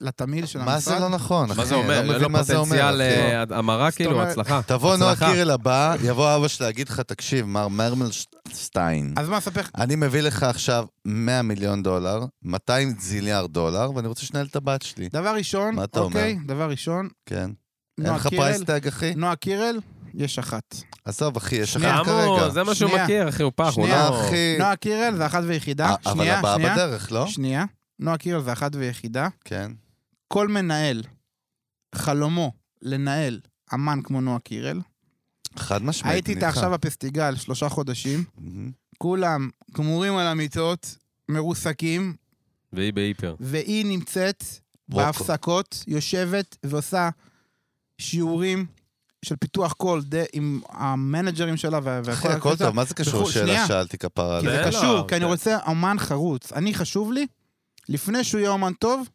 לתמהיל של מה המשרד. זה לא נכון, אחי? מה זה אני אומר? לא אין לו מבין מה זה אומר. פוטנציאל אחי. אה, המרה, כאילו, אומרת- הצלחה. תבוא נועה הצלחה. קירל הבא, יבוא אבא שלה, יגיד לך, תקשיב, מר מרמלשטיין, אז מה, ספר לך? אני מביא לך עכשיו 100 מיליון דולר, 200 זיליארד דולר, ואני רוצה שתנהל את הבת שלי. דבר ראשון, מה אתה אוקיי, דבר ראשון, כן. אין לא. נועה לך קירל, פרייסטג, אחי? נועה קירל, יש אחת. עזוב, אחי, יש לך שנייה. אמור, כרגע. זה מה שהוא שנייה. מכיר, אחי, הוא פח, הוא שנייה, לא... אחי. נועה קירל זה אחת ויחידה. אה, אבל שנייה, הבאה שנייה. בדרך, לא? שנייה. נועה קירל זה אחת ויחידה. כן. כל מנהל, חלומו לנהל אמן כמו נועה קירל. חד משמעית. הייתי איתה אני איתך. עכשיו בפסטיגל שלושה חודשים, מהמם. כולם גמורים על המיטות, מרוסקים, והיא בהיפר. והיא נמצאת ברוקו. בהפסקות, יושבת ועושה שיעורים של פיתוח קול די- עם המנג'רים שלה וה- והכל. אחי, הכל טוב, מה זה קשור בחו"ל, שנייה. לשאלה שאלתי כפרה כי עליה? זה זה לא, קשור, כי אני זה- רוצה אומן חרוץ. אני חשוב לי, לפני שהוא יהיה אומן טוב,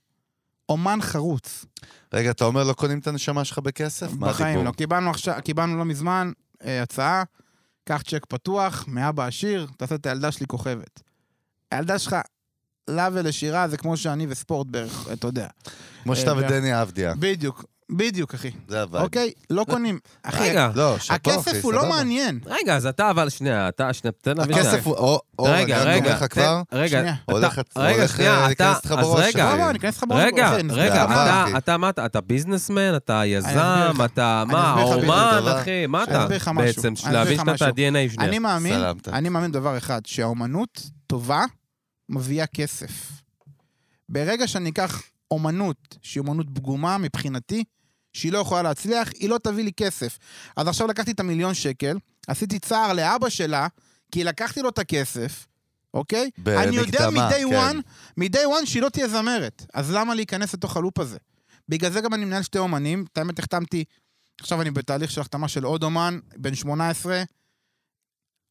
אומן חרוץ. רגע, אתה אומר לא קונים את הנשמה שלך בכסף? מה בחיים הדיבור? לא. קיבלנו עכשיו, קיבלנו לא מזמן אה, הצעה, קח צ'ק פתוח, מאבא עשיר, תעשה את הילדה שלי כוכבת. הילדה שלך, לה ולשירה זה כמו שאני וספורט בערך, אתה יודע. כמו שאתה אה, ודני אבדיה. בדיוק, בדיוק, אחי. זה הוואי. אוקיי? לא קונים. אחי, רגע, לא, שאפו, אחי, הכסף הוא לא סבבה. מעניין. אוקיי. רגע, אז אתה, אבל שנייה, אתה, שנייה, תן להבין. שנייה. הכסף הוא... או- אורן, רגע, גם רגע, אומר לך תן- כבר? רגע, שנייה. אתה- הולך- רגע, הולך, שנייה, אה, אתה, להיכנס לך אז בראש, רגע, אחי. לא, לא, אני אכנס לך בראש. רגע, אחי, אני רגע, אסביר לך. מה, אתה, אחי? אתה מה אתה? אתה ביזנסמן, אתה אני יזם, אסביר לך. אתה מה, אני אסביר לך האומן, בדיוק. אחי, מה אני אתה? אסביר לך משהו. בעצם, אני אסביר להבין לך שאתה את משהו. ה-DNA אני שנייה. מאמין, סלמת. אני מאמין דבר אחד, שהאומנות טובה מביאה כסף. ברגע שאני אקח אומנות שהיא אומנות פגומה מבחינתי, שהיא לא יכולה להצליח, היא לא תביא לי כסף. אז עכשיו לקחתי את המיליון שקל, עשיתי צער לאבא שלה, כי לקחתי לו את הכסף, אוקיי? במקדמה, אני יודע מ-day אה, כן. one, מ-day one שהיא לא תהיה זמרת. אז למה להיכנס לתוך הלופ הזה? בגלל זה גם אני מנהל שתי אומנים. את האמת, החתמתי, עכשיו אני בתהליך של החתמה של עוד אומן, בן 18.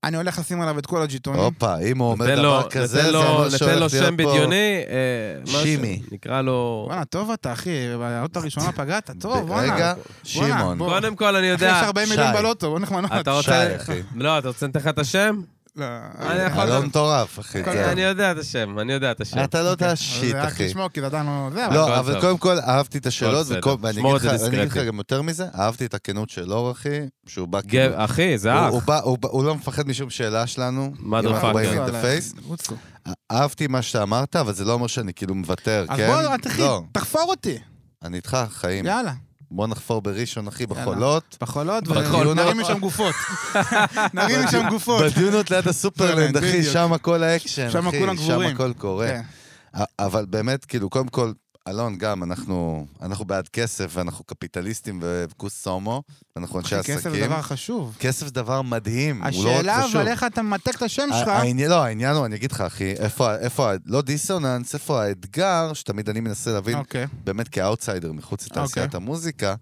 אני הולך לשים עליו את כל הג'יטונים. הופה, אם הוא אומר נתן לו- דבר כזה, נתן זה לו- אומר נתן לו שהולך להיות שם פה- בדיוני, אה, מה ש- שימי. נקרא לו... וואלה, טוב אתה, אחי, האות הראשונה פגעת, טוב, וואלה. רגע, שמעון. בוא. קודם כל, אני אחי, יש יודע... 40 מיליון שי. בלוטו, בוא נחמנות. אתה שי, רוצה... אחי. לא, אתה רוצה לתת לך את השם? לא, אני אה, יכול- אתה לא מטורף, אחי. הכל זה- אני יודע את השם, אני יודע את השם. אתה לא אוקיי. יודע אז שיט, זה רק אחי. לשמוע, כי זה עדיין לא... זה, אבל- לא, הכל אבל טוב. קודם כל, אהבתי את השאלות, בסדר. וכל- ואני שמור אגיד את זה לך- אני אגיד לך דיסקרטי. גם יותר מזה, אהבתי את הכנות של אור, אחי, שהוא בא כאילו... גב- אחי, אה, זה הוא- אח. הוא בא- הוא בא- הוא לא מפחד משום שאלה שלנו. Motherfucker. אם אנחנו באים לא, לא, in the לא, face. רוצו. אהבתי מה שאתה אמרת, אבל זה לא אומר שאני כאילו מוותר, אז כן? בוא, תחי, לא, כן. תחפור אותי. אני איתך, חיים. יאללה. בוא נחפור בראשון, אחי, יאללה. בחולות. בחולות, בחולות. ונרים משם גופות. נרים משם גופות. כן. בדיונות ליד הסופרלנד, אחי, בדיוק. שם הכל האקשן, שם אחי, כולם שם גבורים. הכל קורה. כן. א- אבל באמת, כאילו, קודם כל, אלון, גם, אנחנו, אנחנו בעד כסף, ואנחנו קפיטליסטים וכוס הומו, ואנחנו אנשי אחי, עסקים. כסף זה דבר חשוב. כסף זה דבר מדהים, הוא לא רק השאלה, חשוב. אבל איך אתה ממתק את השם ה- שלך? העניין, לא, העניין הוא, אני אגיד לך, אחי, איפה, ה- איפה, ה- לא דיסוננס, איפה האתגר, שתמיד אני מנסה להבין, אוקיי. באמת כאוטסיידר מחוץ לתעשיית המוזיקה,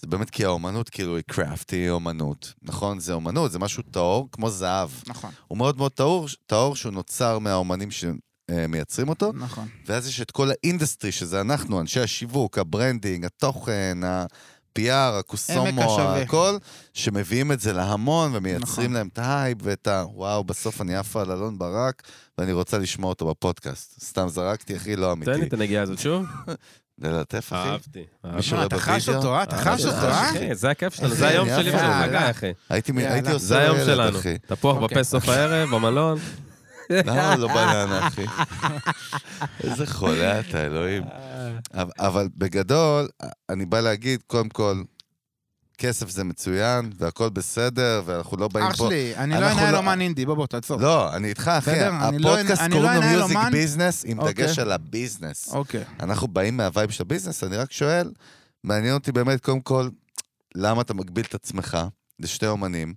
זה באמת כי האומנות, כאילו, היא קראפטי היא אומנות, נכון? זה אומנות, זה משהו טהור, כמו זהב. נכון, הוא מאוד מאוד טהור, טהור שהוא נוצר מהאומנים שמייצרים אותו, נכון. ואז יש את כל האינדסטרי, שזה אנחנו, אנשי השיווק, הברנדינג, התוכן, ה-PR, עמק הקוסומו, השווה. הכל, שמביאים את זה להמון ומייצרים נכון. להם את ההייפ ואת ה... וואו, בסוף אני עפה על אלון ברק, ואני רוצה לשמוע אותו בפודקאסט. סתם זרקתי, אחי, לא תן לי את אמיתי. הנגיעה הזאת שוב. ללטף, אחי. אהבתי. מישהו אה, רואה אתה חש בווידאו? אותו, אה? אתה אה, חש אותו, אה? אחי, זה הכיף שלנו, איזה זה היום יפה. שלי ושל חגי, יאללה. אחי. הייתי מ- יאללה. הייתי עושה זה היום לילד, שלנו. אחי. תפוח אוקיי. בפה סוף הערב, במלון. למה הוא לא בננה, אחי? איזה חולה אתה, אלוהים. אבל- אבל בגדול, אני בא להגיד, קודם כל, כסף זה מצוין, והכל בסדר, ואנחנו לא באים אח פה... שלי, אני לא אנחנו אנהל לא- אומן אינדי, בוא בוא, תעצור. לא, אני איתך, אחי. בסדר, אני לא- הפודקאסט אני לא קוראים לו אנהל מיוזיק אומן. ביזנס, עם אוקיי. דגש על הביזנס. אוקיי. אנחנו באים מהווייב של הביזנס, אני רק שואל, מעניין אותי באמת, קודם כל, למה אתה מגביל את עצמך לשתי אומנים,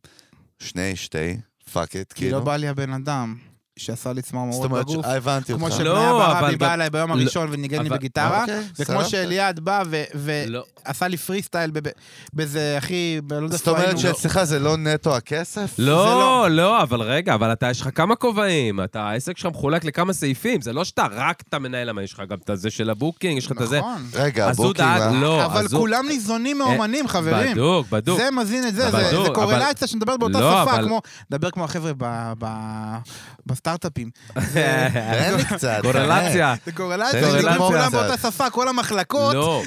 שני, שתי, פאק איט, כי לא כאילו. בא לי הבן אדם שעשה לי צמרמורות בגוף. זאת אומרת, ש- אה, הבנתי אותך. כמו לא, שבניה אבל ברבי גם- לא, בא אליי ביום הראשון וניגן לי אבל- בגיטרה, אוקיי, וכמו סבבה. שאליעד בא ו- לא. ועשה לי פרי סטייל בב- באיזה, אחי, ב- לא יודע זאת אומרת איפה היינו. שאצלך זה לא נטו הכסף? לא, לא, אבל רגע, אבל אתה, יש לך כמה כובעים, אתה, העסק שלך מחולק לכמה סעיפים, זה לא שאתה רק אתה מנהל למה, יש לך גם את הזה של הבוקינג, יש לך את הזה. נכון. רגע, אז הוא הבוקים... דאג, ה- לא, אבל אז הוא... אה, כולם ניזונים מאומנים, חברים. בדוק, בדוק. זה מזין את זה, אבל זה- בדוק, זה אבל- קורלציה שמדברת באותה לא, שפה, אבל- כמו, דבר כמו החבר'ה ב- ב- בסטארט-אפים. תן לי קצת. קורלציה. זה קורלציה, קורלציה. שדיברו כולם קורלציה. באותה שפה, כל המחלקות. לא,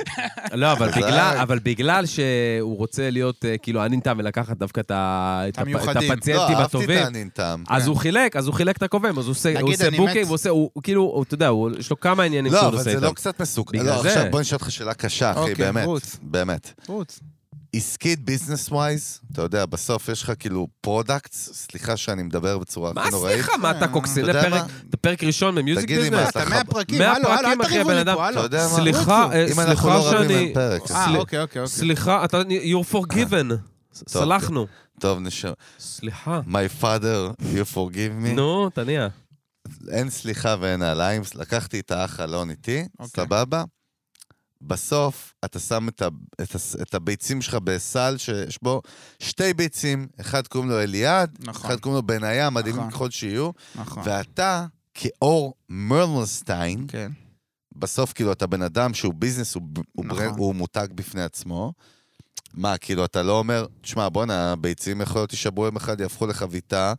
לא, אבל חזק. בגלל, אבל בגלל שהוא רוצה להיות אה, כאילו ענין טעם ולקחת דווקא את ה- את הפ- את המיוחדים. לא, הפציינטים אהבתי את הטובים. הענין טעם. אז הוא חילק, אז הוא חילק את הכובעים, אז הוא עושה- הוא נגיד, עושה אני בוקינג, מת- הוא עושה, הוא כאילו, הוא- אתה יודע, הוא- יש לו כמה עניינים לא, שהוא אבל עושה זה איתם. לא קצת מסוכן. בגלל לא, זה. עכשיו בוא נשאל אותך שאלה קשה, אחי, אוקיי, באמת. רוץ. באמת. רוץ. עסקית, ביזנס ווייז, אתה יודע, בסוף יש לך כאילו פרודקטס, סליחה שאני מדבר בצורה מה הכי נוראית. סליחה, מה אתה קוקסין? אתה יודע מה? זה פרק ראשון במיוזיק תגיד לי מה, ביזנס? אתה אתה חב- מאה פרקים, לא, מאה הלו, הלו, פרקים, אל אחי, תריבו לי הבן פה, אדם- אתה הלו. יודע מה? סליחה, אה, אם אנחנו לא סליחה רבים שאני... אין פרק. אז- אה, סל- אוקיי, אוקיי, אוקיי. סליחה, אתה, you're forgiven. סלחנו. לא טוב, נשאר. סליחה. My father, you forgive me. נו, תניע. אין סליחה ואין נעליים, לקחתי את האח אלון איתי, אוקיי. סבבה? בסוף אתה שם את, ה, את, ה, את הביצים שלך בסל שיש בו שתי ביצים, אחד קוראים לו אליעד, נכון. אחד קוראים לו בניה, מדהימים נכון. ככל שיהיו, נכון. ואתה, כאור מרלסטיין, כן. בסוף כאילו אתה בן אדם שהוא ביזנס, הוא, הוא, נכון. ברנד, הוא מותג בפני עצמו. מה, כאילו, אתה לא אומר, תשמע, בואנה, הביצים יכול להיות יישברו יום אחד, יהפכו לחביתה,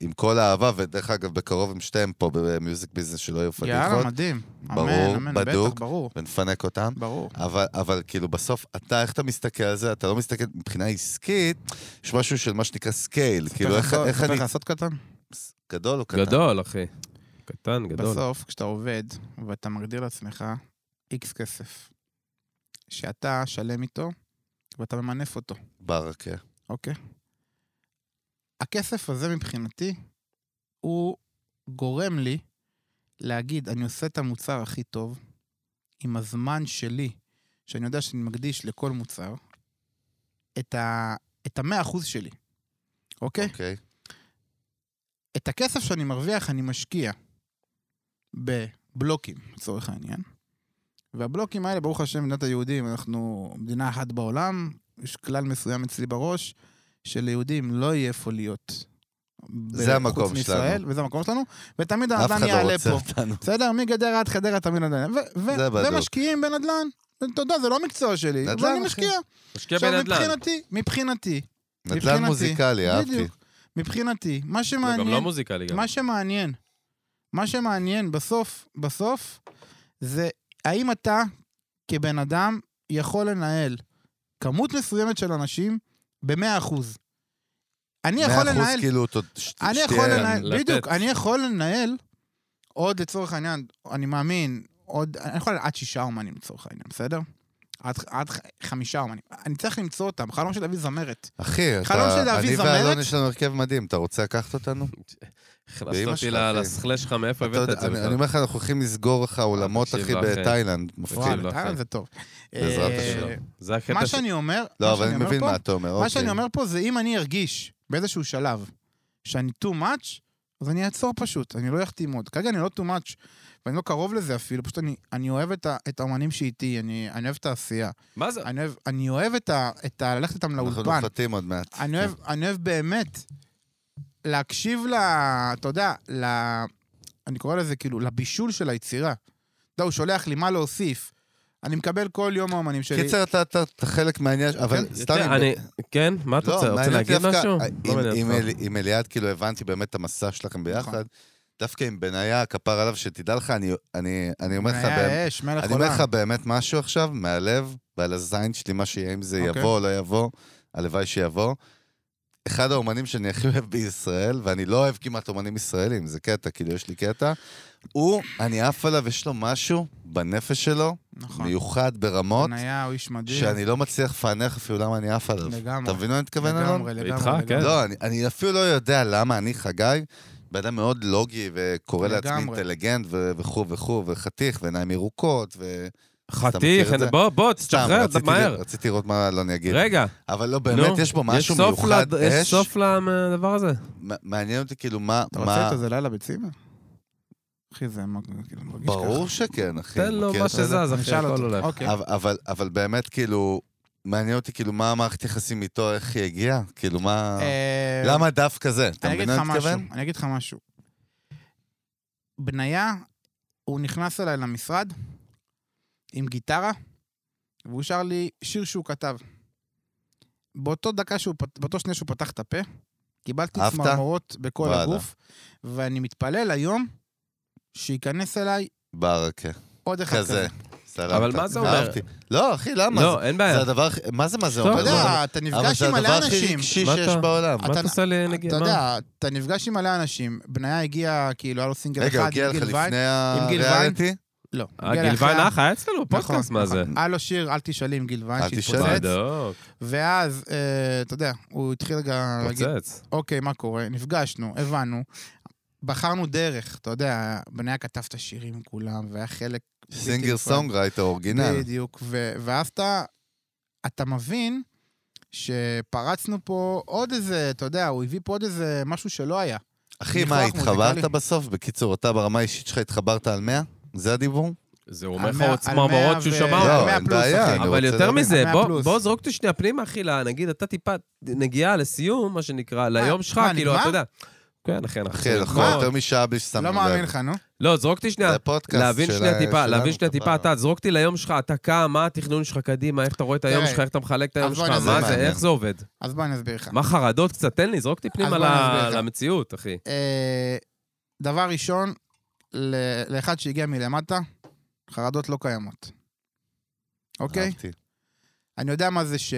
עם כל האהבה, ודרך אגב, בקרוב הם שתיהם פה במיוזיק ביזנס, שלא יהיו יאללה, פדיחות, מדהים. ברור, אמן, אמן, בדוק. בטח, ברור. ונפנק אותם. ברור. אבל, אבל כאילו, בסוף, אתה, איך אתה מסתכל על זה? אתה לא מסתכל מבחינה עסקית, יש משהו של מה שנקרא סקייל. כאילו, איך, איך אני... צריך לעשות קטן? גדול או קטן? גדול, אחי. קטן, גדול. בסוף, כשאתה עובד ואתה מגדיר לעצמך איקס כסף, שאתה שלם איתו ואתה ממנף אותו, ברכה. אוקיי? הכסף הזה מבחינתי, הוא גורם לי להגיד, אני עושה את המוצר הכי טוב עם הזמן שלי, שאני יודע שאני מקדיש לכל מוצר, את ה- את המאה אחוז שלי, אוקיי? אוקיי. את הכסף שאני מרוויח אני משקיע בבלוקים, לצורך העניין. והבלוקים האלה, ברוך השם, מדינת היהודים, אנחנו מדינה אחת בעולם, יש כלל מסוים אצלי בראש, שליהודים לא יהיה איפה להיות. זה ב- המקום חוץ מישראל, וזה המקום שלנו, ותמיד אף הנדל"ן אחד לא יעלה רוצה פה. אותנו. בסדר, מגדרה עד חדרה תמיד נדל"ן. ו- ו- זה בדוק. ומשקיעים בנדל"ן. אתה יודע, זה לא המקצוע שלי, נדל"ן, אבל אני אחי. משקיע. משקיע עכשיו, בנדל"ן. מבחינתי, מבחינתי, נדל"ן מבחינתי, מוזיקלי, אהבתי. בדיוק. מבחינתי, מה הוא גם לא שמעניין, מוזיקלי גם. מה שמעניין, מה שמעניין בסוף, בסוף, זה האם אתה, כבן אדם, יכול לנהל כמות מסוימת של אנשים ב-100%. אני יכול 100% לנהל כאילו, ת- ש- אני שתהיה- יכול לנהל, לתת. בדיוק, אני יכול לנהל עוד לצורך העניין, אני מאמין, עוד, אני יכול עד שישה אומנים לצורך העניין, בסדר? עד, עד ח- חמישה אומנים. אני צריך למצוא אותם, חלום של להביא זמרת. אחי, חלום אתה- שלי להביא אני זמרת. ואלון יש לנו הרכב מדהים, אתה רוצה לקחת אותנו? הכנסת באמא אותי שלך, ל- אחי. לסלאש שלך, מאיפה אתה הבאת יודע, את זה אני בכלל? אני אומר לך, אנחנו הולכים לסגור לך עולמות, תקשיב, לא, אחי, אחי. בתאילנד. מפחיד. וואלה. לא וואלה, חי. זה טוב. בעזרת אה, השם. זה הקטע מה ש- שאני אומר, לא, מה אבל שאני אני אומר מבין פה, מה אתה אומר, אוקיי. מה שאני אומר פה זה אם אני ארגיש באיזשהו שלב שאני too much, אז אני אעצור פשוט, אני לא אחתים עוד. כרגע אני לא too much, ואני לא קרוב לזה אפילו, פשוט אני, אני אוהב את, ה, את האומנים שאיתי, אני, אני אוהב את העשייה. מה זה? אני אוהב, אני אוהב את ה... את ה... ללכת איתם אנחנו לאולפן. נוחתים עוד מעט. כן. אני אוהב, אני אוהב באמת להקשיב ל... אתה יודע, ל... אני קורא לזה כאילו, לבישול של היצירה. אתה יודע, הוא שולח לי מה להוסיף. אני מקבל כל יום האומנים שלי. קיצר, אתה- אתה אתה חלק מהעניין, אבל כן, יותר, סתם... אם- אני... כן? מה אתה לא, רוצה? רוצה מעניין אותי להגיד דווקא, משהו? אה, לא עם- מעניין עם אותך. אל- עם אליעד, כאילו, הבנתי באמת את המסע שלכם ביחד. נכון. דווקא עם בניה, כפר עליו, שתדע לך, אני- אני אני אומר לך... באמת- היה אש, מלך אני אומר אה, עולם. לך באמת משהו עכשיו, מהלב, ועל הזין שלי, מה שיהיה, אם זה אוקיי. יבוא או לא יבוא, הלוואי שיבוא. אחד האומנים שאני הכי אוהב בישראל, ואני לא אוהב כמעט אומנים ישראלים, זה קטע, כאילו, יש לי קטע. הוא, אני עף עליו, יש לו משהו בנפש שלו, נכון. מיוחד ברמות, חניה הוא איש מדהים. שאני לא מצליח לפענח אפילו למה אני עף עליו. לגמרי. אתה מבין מה אני מתכוון, אלון? לגמרי, לגמרי. איתך, לגמרי. כן. לא, אני, אני אפילו לא יודע למה אני חגי, בן אדם מאוד לוגי וקורא לעצמי לגמרי. אינטליגנט ו- וכו' וכו', וחתיך, ועיניים ירוקות, ו... חתיך, מכיר את זה? בוא, בוא, סתם, תשחרר, רציתי מהר. לראות- רציתי לראות מה אלון יגיד. רגע, אבל לא, באמת, נו, יש בו יש משהו סוף מיוחד, לד- יש אש. סוף לדבר הזה? מ- מעניין אותי כאילו מה... אתה מה- רוצה את איזה לילה בצימר? אחי, זה מ- כאילו מרגיש ככה. ברור שכן, אחי. תן לו מכיר מה כן. את זה? שזז, אני אחי, אשאל הכל אותו. הולך. אוקיי. אבל- אבל- אבל באמת, כאילו, מעניין אותי כאילו מה המערכת יחסים איתו, איך היא הגיעה, כאילו מה... אה, למה דווקא זה? אתה אני מבין אגיד מה לך אני משהו, מתכוון? אני אגיד לך משהו. בניה, הוא נכנס אליי למשרד עם גיטרה, והוא שר לי שיר שהוא כתב. באותו דקה שהוא, פת- באותו שניה שהוא פתח את הפה, קיבלתי אהבת? צמרמורות בכל וואלה. הגוף, ואני מתפלל היום שייכנס אליי ברכה. עוד אחד כזה. כזה. סלמת. אבל מה זה אומר? אהבתי. לא, אחי, למה? לא, אין בעיה. זה הדבר הכי... מה זה מה זה טוב, לא. אתה אומר? יודע, אתה אבל נפגש זה עם הדבר מלא הכי אנשים. רגשי מה שיש אתה- בעולם. מה אתה אתה- עושה לי נגיד? אתה מה? יודע, אתה נפגש עם מלא אנשים. בניה הגיע, כאילו, היה לו סינגל רגע, הוא אחד, הגיע לך גיל ויין. לפני גיל הריאליטי? לא. אה, הגיע גילוון לאחרי ה- אח היה אצלנו נכון, בפודקאסט, נכון, מה זה? היה לו שיר, אל תשאלי עם גילוון, אל תשאלי. שהתפוצץ. בדיוק, ואז, אה, אתה יודע, הוא התחיל רגע להגיד, פוצץ. אוקיי, מה קורה? נפגשנו, הבנו. בחרנו דרך, אתה יודע, בניה כתב את השירים עם כולם, והיה חלק... סינגר בלתי נפרד. סונגרייטר אורגינל. נכון. בדיוק, ו- ואז אתה, אתה מבין שפרצנו פה עוד איזה, אתה יודע, הוא הביא פה עוד איזה משהו שלא היה. אחי, מה, ניחוח התחברת מוזיקלי. בסוף? בקיצור, אתה ברמה האישית שלך התחברת על 100? זה הדיבור? זה אומר לך על מאה- עוד על צמרמורות מאה שהוא ו- שמע. על לא, מאה אין פלוס, בעיה, אחי. אני אבל רוצה יותר להבין. מזה, המאה בוא- פלוס. בוא זרוק אותי שנייה פנימה, אחי, ל- נגיד, אתה טיפה נגיעה לסיום, מה שנקרא, ליום שלך, מה, כאילו, נגמר? אתה יודע. כן, אחי, אנחנו... אחי, אנחנו מה? יותר משעה בלי ששמנו לא לב. מאמין לך, נו. לא, זרוק אותי שנייה. זה פודקאסט להבין של- שנייה טיפה, שלנו, להבין שנייה טיפה, כפרה. אתה, זרוק אותי ליום שלך, אתה קם, מה התכנון שלך קדימה, איך אתה רואה את היום תראה, שלך, איך אתה מחלק את היום אז שלך, בוא נעשה מה זה, מעניין. איך זה עובד? אז בוא אני אסביר לך. מה חרדות קצת? תן לי, זרוק אותי פנימה כן. אז בוא אני ל- אסביר לך. למציאות, אחי. אה, דבר ראשון, ל- לאחד שהגיע מלמטה, חרדות לא קיימות. אוקיי? אהבתי. אני יודע מה זה ש...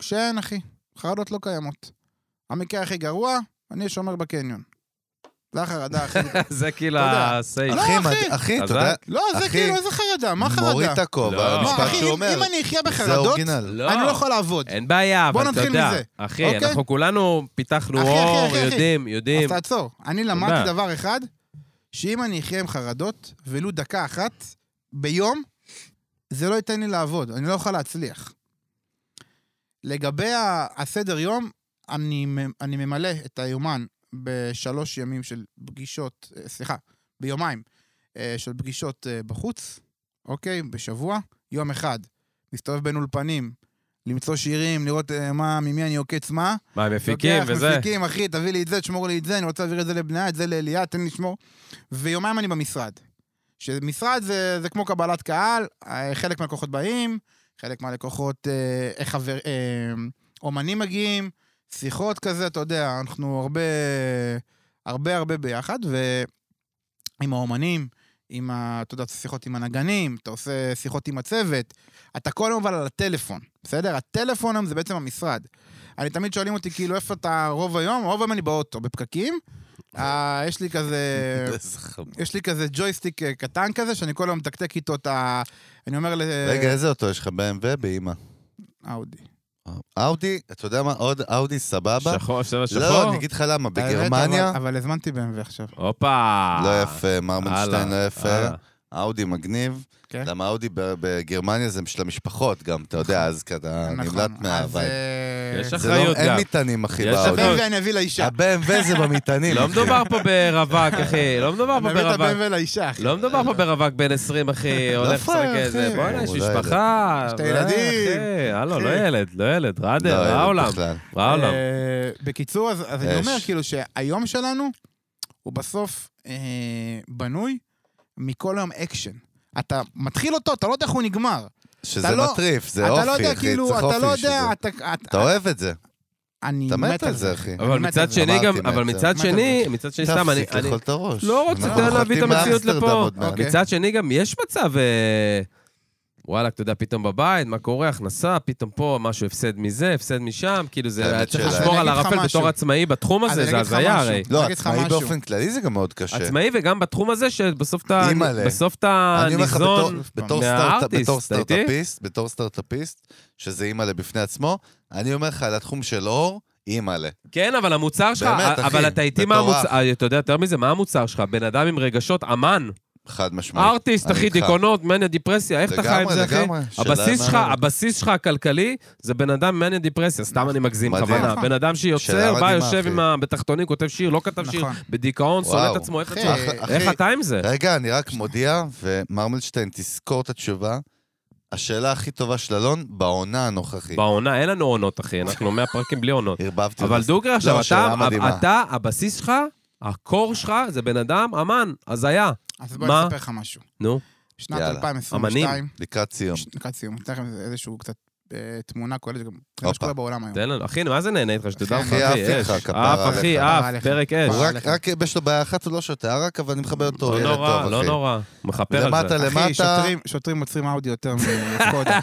שאין, אחי. חרדות לא קיימות. המקרה הכי גרוע, אני שומר בקניון. זה החרדה הכי... זה כאילו אתה יודע. הסייף. לא, אחי, אחי. מה- אחי, אתה חזק. יודע, לא, זה אחי, כאילו, איזה חרדה? מה מוריד חרדה? את הכובע, לא. מה, המשפט אחי, שהוא אם- אומר, אם אני אחיה זה בחרדות, אורגינל. לא. אני לא יכול לעבוד. אין בעיה, בוא אבל אתה נתחיל יודע. מזה, אחי, אוקיי? אנחנו כולנו פיתחנו אחי, אחי, אור, אחי, אחי. יודעים, יודעים. אז תעצור. אני תודה. למדתי דבר אחד, שאם אני אחיה עם חרדות, ולו דקה אחת ביום, זה לא ייתן לי לעבוד, אני לא אוכל להצליח. לגבי ה- הסדר יום, אני, מ- אני ממלא את היומן בשלוש ימים של פגישות, אה, סליחה, ביומיים אה, של פגישות אה, בחוץ, אוקיי? בשבוע. יום אחד, מסתובב בין אולפנים, למצוא שירים, לראות אה, מה, ממי אני עוקץ מה. מה, הם מפיקים לוקח, וזה? מפיקים, אחי, תביא לי את זה, תשמור לי את זה, אני רוצה להעביר את זה לבניה, את זה לאליה, תן לי לשמור. ויומיים אני במשרד. שמשרד זה, זה כמו קבלת קהל, אה, חלק מהלקוחות באים, חלק מהלקוחות, אה, אה, חבר, אה, אומנים מגיעים, שיחות כזה, אתה יודע, אנחנו הרבה, הרבה הרבה ביחד, ועם האומנים, עם ה... אתה יודע, אתה עושה שיחות עם הנגנים, אתה עושה שיחות עם הצוות, אתה כל היום אבל על הטלפון, בסדר? הטלפון היום זה בעצם המשרד. אני תמיד שואלים אותי, כאילו, איפה אתה רוב היום? רוב היום אני באוטו, בפקקים. אה, יש לי כזה... איזה חמוד. יש לי כזה ג'ויסטיק אה, קטן כזה, שאני כל היום מתקתק איתו את ה... אני אומר ל... רגע, איזה אוטו יש לך? BMW באמא. אאודי. אאודי, אתה יודע מה? עוד אאודי סבבה? שחור, צבע לא, שחור? אני אגיד לך למה, האמת, בגרמניה... אבל- אבל הזמנתי BMW עכשיו. הופה. לא יפה, מרמנשטיין אה, הלאה, לא יפה. הלאה. אאודי מגניב. כן. למה אאודי ב- בגרמניה זה של המשפחות גם, אתה יודע, אז כזה נכון. נמלט אז... מהבית. אה, יש זה לך- לא- אחריות אין גם. מטענים, אחי, יש באאודי. אחריות. ב.מ.וו אני אביא לאישה. ה-BMW זה במטענים. לא אחי. מדובר פה ברווק, אחי. לא מדובר אני פה אביא את לא ברווק. ה-BMW לאישה, אחי. לא מדובר פה ברווק בן 20, אחי, הולך פראייר, לשחק אחי. איזה, בוא'נה, יש אולי משפחה. שתי אולי, ילדים. אחי, הלו, אחי. לא ילד, לא ילד, לא, ראדר, אין רע עולם, בכלל. רע עולם. אה, בקיצור, אז אז אני אש. אומר כאילו שהיום שלנו הוא בסוף אה, בנוי מכל היום אקשן. אתה מתחיל אותו, אתה לא יודע איך הוא נגמר. שזה אתה לא- מטריף, זה אתה לא אופי, יודע, אחי, צריך כאילו, אתה לא אופי שזה. יודע, אתה... אתה- אתה אוהב את זה, אני אתה מת על זה, אחי. אני אבל מת על מצד זה. שני אמרתי, גם, מת, אבל זה- מצד מת שני, מצד שני, סתם, אני... תפסיק אני- לאכול את הראש. לא רוצה, אנחנו תן להביא את חולטים המציאות באמסטרדם לפה. עוד מעט. אוקיי. מצד שני גם יש מצב, אה, וואלכ, אתה יודע, פתאום בבית, מה קורה, הכנסה, פתאום פה, משהו, הפסד מזה, הפסד משם, כאילו האמת זה, צריך שלא. לשמור אני על אגיד לך הערפל משהו. בתור עצמאי בתחום אז הזה, אני זה אגיד לך הזיה משהו. הרי. לא, אני אגיד לך עצמאי משהו. באופן כללי זה גם מאוד קשה. עצמאי וגם בתחום הזה, שבסוף אתה אימא'לה. בסוף אתה אני אומר לך, בתור- ניזון בתור סטארט- מהארטיסט, בתור אתה איתי? סטארט-אפיסט, בתור סטארט-אפיסט, שזה אימא'לה בפני עצמו, אני אומר לך, על התחום של אור, אימא'לה. כן, אבל המוצר שלך, באמת, אחי, אבל אתה איתי מה מטורף. המוצר, אתה יודע יותר מזה, מה המוצר שלך? בן אדם עם רגשות, אמן, חד משמעית. ארטיסט, אני אחי, איתך. דיכאונות, מניה, דיפרסיה, איך אתה חי עם לגמרי, זה, אחי? לגמרי. שאלה הבסיס שלך, מהממת. הבסיס שלך הכלכלי, זה בן אדם עם מניה דיפרסיה, סתם אני מגזים מדהים. בכוונה. נכון. בן אדם שאלה שיוצר, בא, מדהימה, יושב אחי. עם ה... בתחתונים, כותב שיר, לא כתב שיר, נכון. בדיכאון, שונא את וואו. עצמו, איך אחי, עצמו? אחי, איך אתה עם זה? רגע, אני רק מודיע, ומרמלשטיין, תזכור את התשובה. השאלה הכי טובה של אלון, בעונה הנוכחית. בעונה, אין לנו עונות, אחי, אנחנו 100 פרקים בלי עונות. ערבבתי אבל אותה. דוגרי עכשיו, לא, שאלה אתה, מדהימה. אתה, הבסיס שלך, הקור שלך, זה בן אדם, אמן, הזיה. אז בוא מה? אני אספר לך משהו. נו, שנת יאללה. 2022, לקראת סיום. ש- לקראת סיום, אתן לכם איזשהו קצת אה, תמונה כוללת, גם זה הופה. מה שקורה בעולם היום. תן לנו. אחי, מה זה נהנה איתך, שתדע לך, אחי, אחי, עף אש. לך, כפרה עף, אחי, עליך. כפרה עף, עליך. פרק אש. הוא אה, רק, רק יש לו בעיה אחת, הוא לא שותה ערק, אבל אני מכבד אותו, לא ילד טוב, נורא, אחי. לא נורא. מכפר על למטה זה. אחי, למטה, שוטרים- שוטרים עוצרים אאודי יותר מקודם.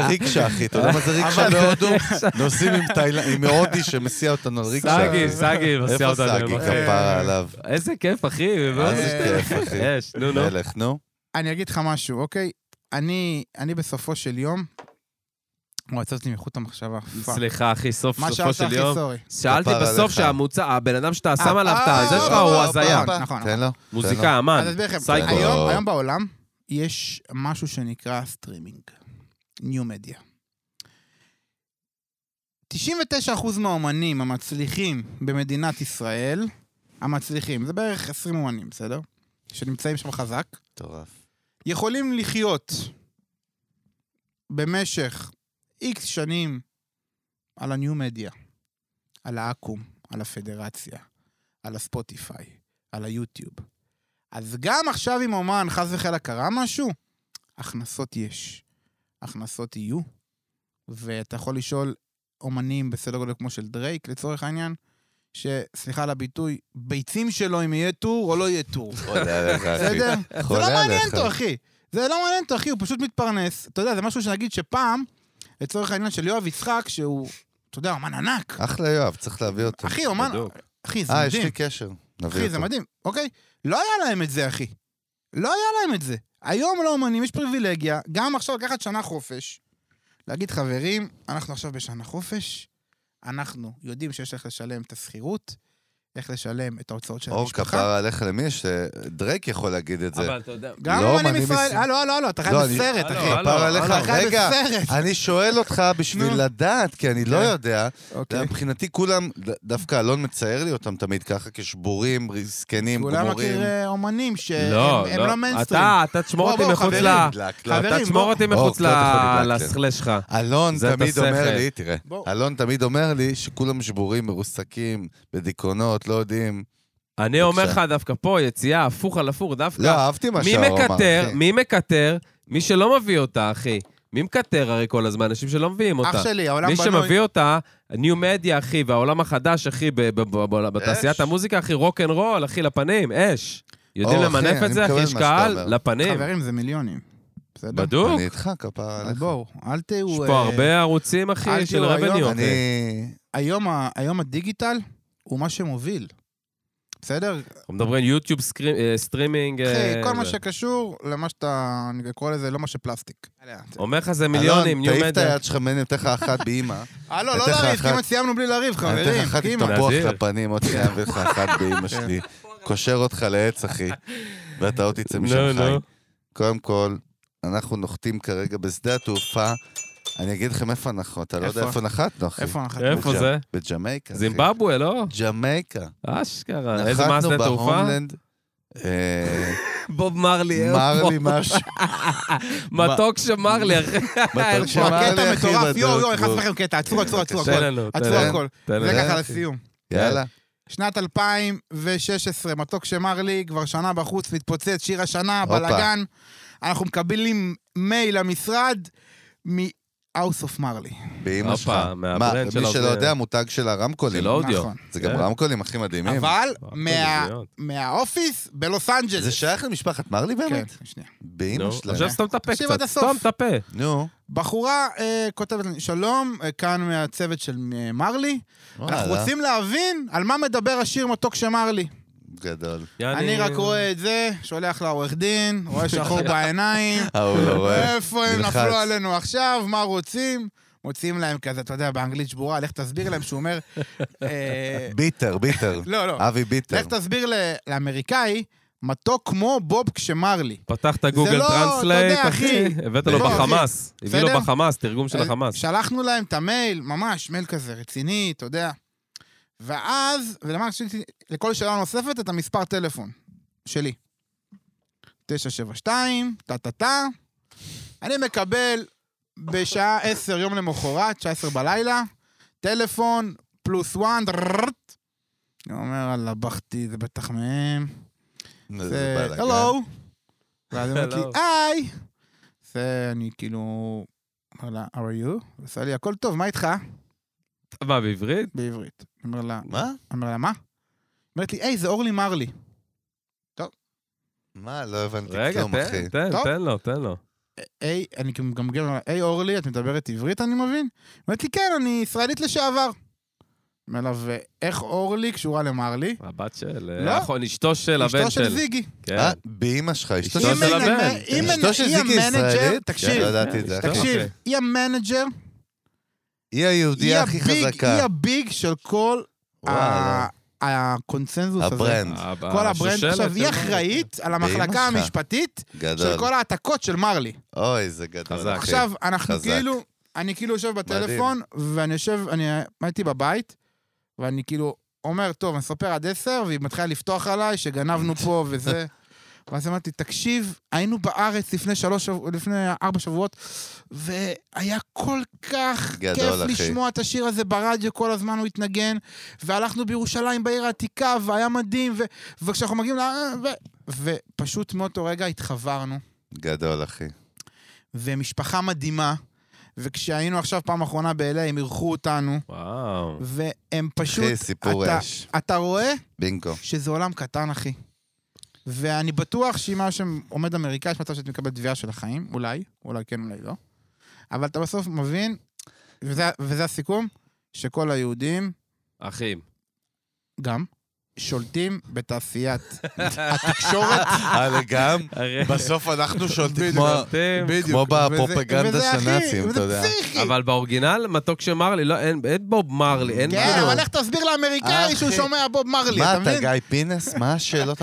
בריקשה, אחי, אתה יודע מה זה ריקשה בהודו? נוסעים עם תאילנד- עם הודי שמסיע אותנו על ריקשה. סגי, סגי, מסיע איפה אותנו. סגי? למטה. כפרה עליו. איזה כיף, אחי. מה איזה זה? כיף, אחי. אש, נו, נו. מלך, נו. אני אגיד לך משהו, אוקיי? אני אני בסופו של יום, הוא עצר אותי מחוט המחשבה. פאק. סליחה, אחי, סוף מה סופו שאלת של אחי, יום. סורי. שאלתי כפרה בסוף עליך. שהמוצא, הבן אדם שאתה שם אה, עליו את אה, הזה אה, שלך, אה, הוא אה, הזיה. אה, נכון, תן נכון. לו. תן לו. מוזיקה, אמן. אז אסביר לכם, אה, סייקו. היום- היום בעולם יש משהו שנקרא סטרימינג, ניו מדיה. 99% מהאומנים המצליחים במדינת ישראל, המצליחים, זה בערך 20 אומנים, בסדר? שנמצאים שם חזק, מטורף. יכולים לחיות במשך איקס שנים על הניו מדיה, על האקו"ם, על הפדרציה, על הספוטיפיי, על היוטיוב. אז גם עכשיו אם אומן חס וחלילה קרה משהו, הכנסות יש. הכנסות יהיו, ואתה יכול לשאול אומנים בסדר גודל כמו של דרייק, לצורך העניין, שסליחה על הביטוי, ביצים שלו אם יהיה טור או לא יהיה טור. חולה עליך, אחי. בסדר? זה חולה לא מעניין עליך. אותו, אחי. זה לא מעניין אותו, אחי, הוא פשוט מתפרנס. אתה יודע, זה משהו שנגיד שפעם, לצורך העניין של יואב יצחק, שהוא, אתה יודע, אומן ענק. אחלה יואב, צריך להביא אותו. אחי, אומן, בדוק. אחי, זה אה, יש מדהים. לי קשר. נביא אחי, זה אותו. מדהים, אוקיי? לא היה להם את זה, אחי. לא היה להם את זה. היום לאומנים יש פריבילגיה, גם עכשיו לקחת שנה חופש, להגיד, חברים, אנחנו עכשיו בשנה חופש, אנחנו יודעים שיש לך לשלם את השכירות, איך לשלם את ההוצאות של אור המשפחה. כפרה עליך למי יש, אה, דרייק יכול להגיד את זה. אבל אתה יודע... גם לא, אמנים אני ישראל, מס- הלו, הלו, הלו, אתה חי לא, אני- בסרט, הלו, אחי. הלו. כפרה עליך, אתה חי רגע, בסרט. אני שואל אותך בשביל נו. לדעת, כי אני לא כן. יודע. אוקיי. מבחינתי כולם, ד- דווקא אלון מצייר לי אותם תמיד ככה, כשבורים, זקנים, כולם מכיר גמורים. אה, אומנים שהם לא, הם לא מיינסטרים. אתה, אתה תשמור בוא, אותי בוא, מחוץ חברים. ל... דלק, לא. חברים, אתה תשמור בוא. אותי אור, מחוץ קצת יכול ל- לדלק, כן. לסלש שלך. אלון זה תמיד את אומר השכל. לי, תראה, בוא. אלון תמיד אומר לי שכולם שבורים, מרוסקים, בדיכאונות, לא יודעים. אני אומר לך בבקשה. דווקא פה, יציאה הפוך על הפוך, לא, דווקא... אהבתי מה מי שהאור אמר, מקטר? אחי. מי מקטר? מי שלא מביא אותה, אחי. מי מקטר הרי כל הזמן? אנשים שלא מביאים אותה. אח שלי, העולם מי בנוי. שמביא אותה, ניו מדיה, אחי, והעולם החדש, אחי, ב- ב- ב- ב- בתעשיית המוזיקה, אחי, רוק אנד רול, אחי, לפנים, אש. יודעים אור, אחי, למנף אני את זה, אחי, מקבל יש מה שאתה קהל, אומר. לפנים. חברים, זה מיליונים. בסדר? בדוק. אני איתך, אה, כפרה אז עליך. בואו, אל תהיו... יש אה, פה הרבה ערוצים, אל אחי, של אוקיי. תהיו היום, רבניו. אני... היום ה- היום הדיגיטל הוא מה שמוביל. בסדר? אנחנו מדברים יוטיוב סקרי- אה, סטרימינג. אחי, אה, כל מה זה. שקשור למה שאתה, אני קורא לזה לא מה שפלסטיק. אומר לך זה מיליונים, ניו אלון, תעיף את מדיה. היד שלך ממני, אני אתן לך אחת באימא. אוקיי. הלו, אני לא אתן לך לריב, אחת. כמעט סיימנו בלי לריב, אני אתן לך חברים. אחת עם קימה. תפוח נזיר. לפנים, עוד שנייה אביא לך אחת באימא שלי. כן. קושר אותך לעץ, אחי, ואתה עוד תצא משם נו, חי. נו. קודם כל, אנחנו נוחתים כרגע בשדה התעופה. אני אגיד לכם איפה אנחנו, אתה לא יודע איפה? איפה נחתנו, אחי. איפה אנחנו? איפה בג'מ- זה? בג'מייקה, אחי. זימבבואה, לא? ג'מייקה. אשכרה. איזה נחתנו מעשה תעופה? בהומלנד. אה, בוב מרלי, אה, מרלי משהו. מתוק שמרלי, אחי. מתוק איפה? שמרלי. קטע אחי, מטורף, בדוק, יואו, יואו, אני בדוק. חייב לכם קטע, עצרו, עצרו, עצרו, תן הכל. לנו, תן עצרו לנו. הכל. תן זה לנו. ככה לסיום. כן. יאללה. שנת 2016, מתוק שמר לי, כבר שנה בחוץ, מתפוצץ, שיר השנה, הופה. בלאגן. אנחנו מקבלים מייל למשרד מ-house of מרלי. באימא הופה, שלך. מה, מהברנד של מי שלא האוזניות. יודע, מותג של הרמקולים. של האודיו. נכון. זה גם כן. רמקולים הכי מדהימים. אבל הכל מה- מזויות. מהאופיס בלוס אנג'לס. זה שייך למשפחת מרלי כן, באמת? שנייה. באימא נו, שלהם. עכשיו סתום את הפה לא? תקשיב עד קצת, הסוף. סתום את הפה. נו. בחורה אה, כותבת לנו, שלום, אה, כאן מהצוות של אה, מרלי. אנחנו וואלה. רוצים להבין על מה מדבר השיר מתוק שמרלי. גדול. יעני- אני רק רואה את זה, שולח לעורך דין, רואה שחור בעיניים. אה, הוא לא רואה. איפה הם נלחץ. נפלו עלינו עכשיו, מה רוצים? מוציאים להם כזה, אתה יודע, באנגלית שבורה, לך תסביר להם שהוא אומר... אה, ביטר, ביטר. לא, לא. אבי ביטר. לך תסביר ל- לאמריקאי, מתוק כמו בוב כשמר לי. פתחת זה גוגל לא, טרנסלייט, אתה יודע, אחי, אחי. הבאת לו בוא, אחי. בחמאס, הביא לו בסדר? בחמאס, תרגום של אה, החמאס. שלחנו להם את המייל, ממש, מייל כזה רציני, אתה יודע. ואז, ולמה רציתי, לכל שאלה נוספת, את המספר טלפון שלי. 972, טה-טה-טה. אני מקבל בשעה 10 יום למחרת, 19 בלילה, טלפון פלוס וואן, דרררט. אני אומר, אללה, בכתי, זה בטח מהם. נו, זה זה, אה, בלאגן. הלו. ואז היא אומרת לי, "אה, Hello. היי. זה, אני כאילו, אומר לה, how are you? היא עושה לי, הכל טוב, מה איתך? מה, בעברית? בעברית. אני אומר לה, כן. מה? אני אומר לה, מה? היא אומרת לי, היי, זה אורלי מרלי. מה? לא הבנתי רגע, כלום, תן, אחי. תן, טוב. תן לו, תן לו. היי, אני גם גם גבר, לה, היי, אורלי, את מדברת עברית, אני מבין? היא אומרת לי, כן, אני ישראלית לשעבר. אומר לה, ואיך אורלי קשורה למרלי? הבת של... לא. נכון, אשתו של הבן אשתו של... של זיגי. כן. אה, באימא שלך, אשתו אשתו של היא של זיגי. הבן. המנ- היא מנ- אשתו של היא זיגי המנג'ר, ישראלית? תקשיב, כן, לא ידעתי את זה, אחי. תקשיב, אוקיי. היא המנג'ר, היא היהודייה הכי הביג- היא חזקה. הביג של כל וואלה. ה- הקונצנזוס הזה. הברנד. כל הברנד. עכשיו, היא אחראית על באמא המחלקה שלך. המשפטית של גדול. כל העתקות של מרלי. אוי, זה גדול. חזק. אחי. עכשיו, אנחנו חזק. כאילו, אני כאילו יושב בטלפון, ואני יושב, אני הייתי בבית, ואני כאילו אומר, טוב, אני אספר עד עשר, והיא מתחילה לפתוח עליי, שגנבנו פה וזה. ואז אמרתי, תקשיב, היינו בארץ לפני שלוש, שבוע- לפני ארבע שבועות, והיה כל כך גדול, כיף אחי. לשמוע את השיר הזה ברדיו, כל הזמן הוא התנגן, והלכנו בירושלים, בעיר העתיקה, והיה מדהים, ו- וכשאנחנו מגיעים ל... ו- ופשוט מאותו רגע התחברנו. גדול, אחי. ומשפחה מדהימה, וכשהיינו עכשיו פעם אחרונה ב-LA, הם אירחו אותנו, וואו. והם פשוט... אחי, סיפור אתה, אש. אתה רואה בינגו. שזה עולם קטן, אחי. ואני בטוח שאם היה שם עומד אמריקאי, יש מצב שאתה מקבל תביעה של החיים, אולי, אולי כן, אולי לא. אבל אתה בסוף מבין, וזה, וזה הסיכום, שכל היהודים, אחים. גם, שולטים בתעשיית התקשורת. הרי גם, הרי- בסוף אנחנו שולטים בדיוק. כמו- אתם- בדיוק. כמו וזה- בפרופגנדה וזה של הכי- נאצים, אתה וזה יודע. פסיכי. אבל באורגינל, מתוק שמרלי, לא, אין, אין בוב מרלי, אין כן, כאילו- אבל איך תסביר לאמריקאי אחי. שהוא שומע בוב מרלי, מה אתה אתה, מבין? גיא פינס? מה השאלות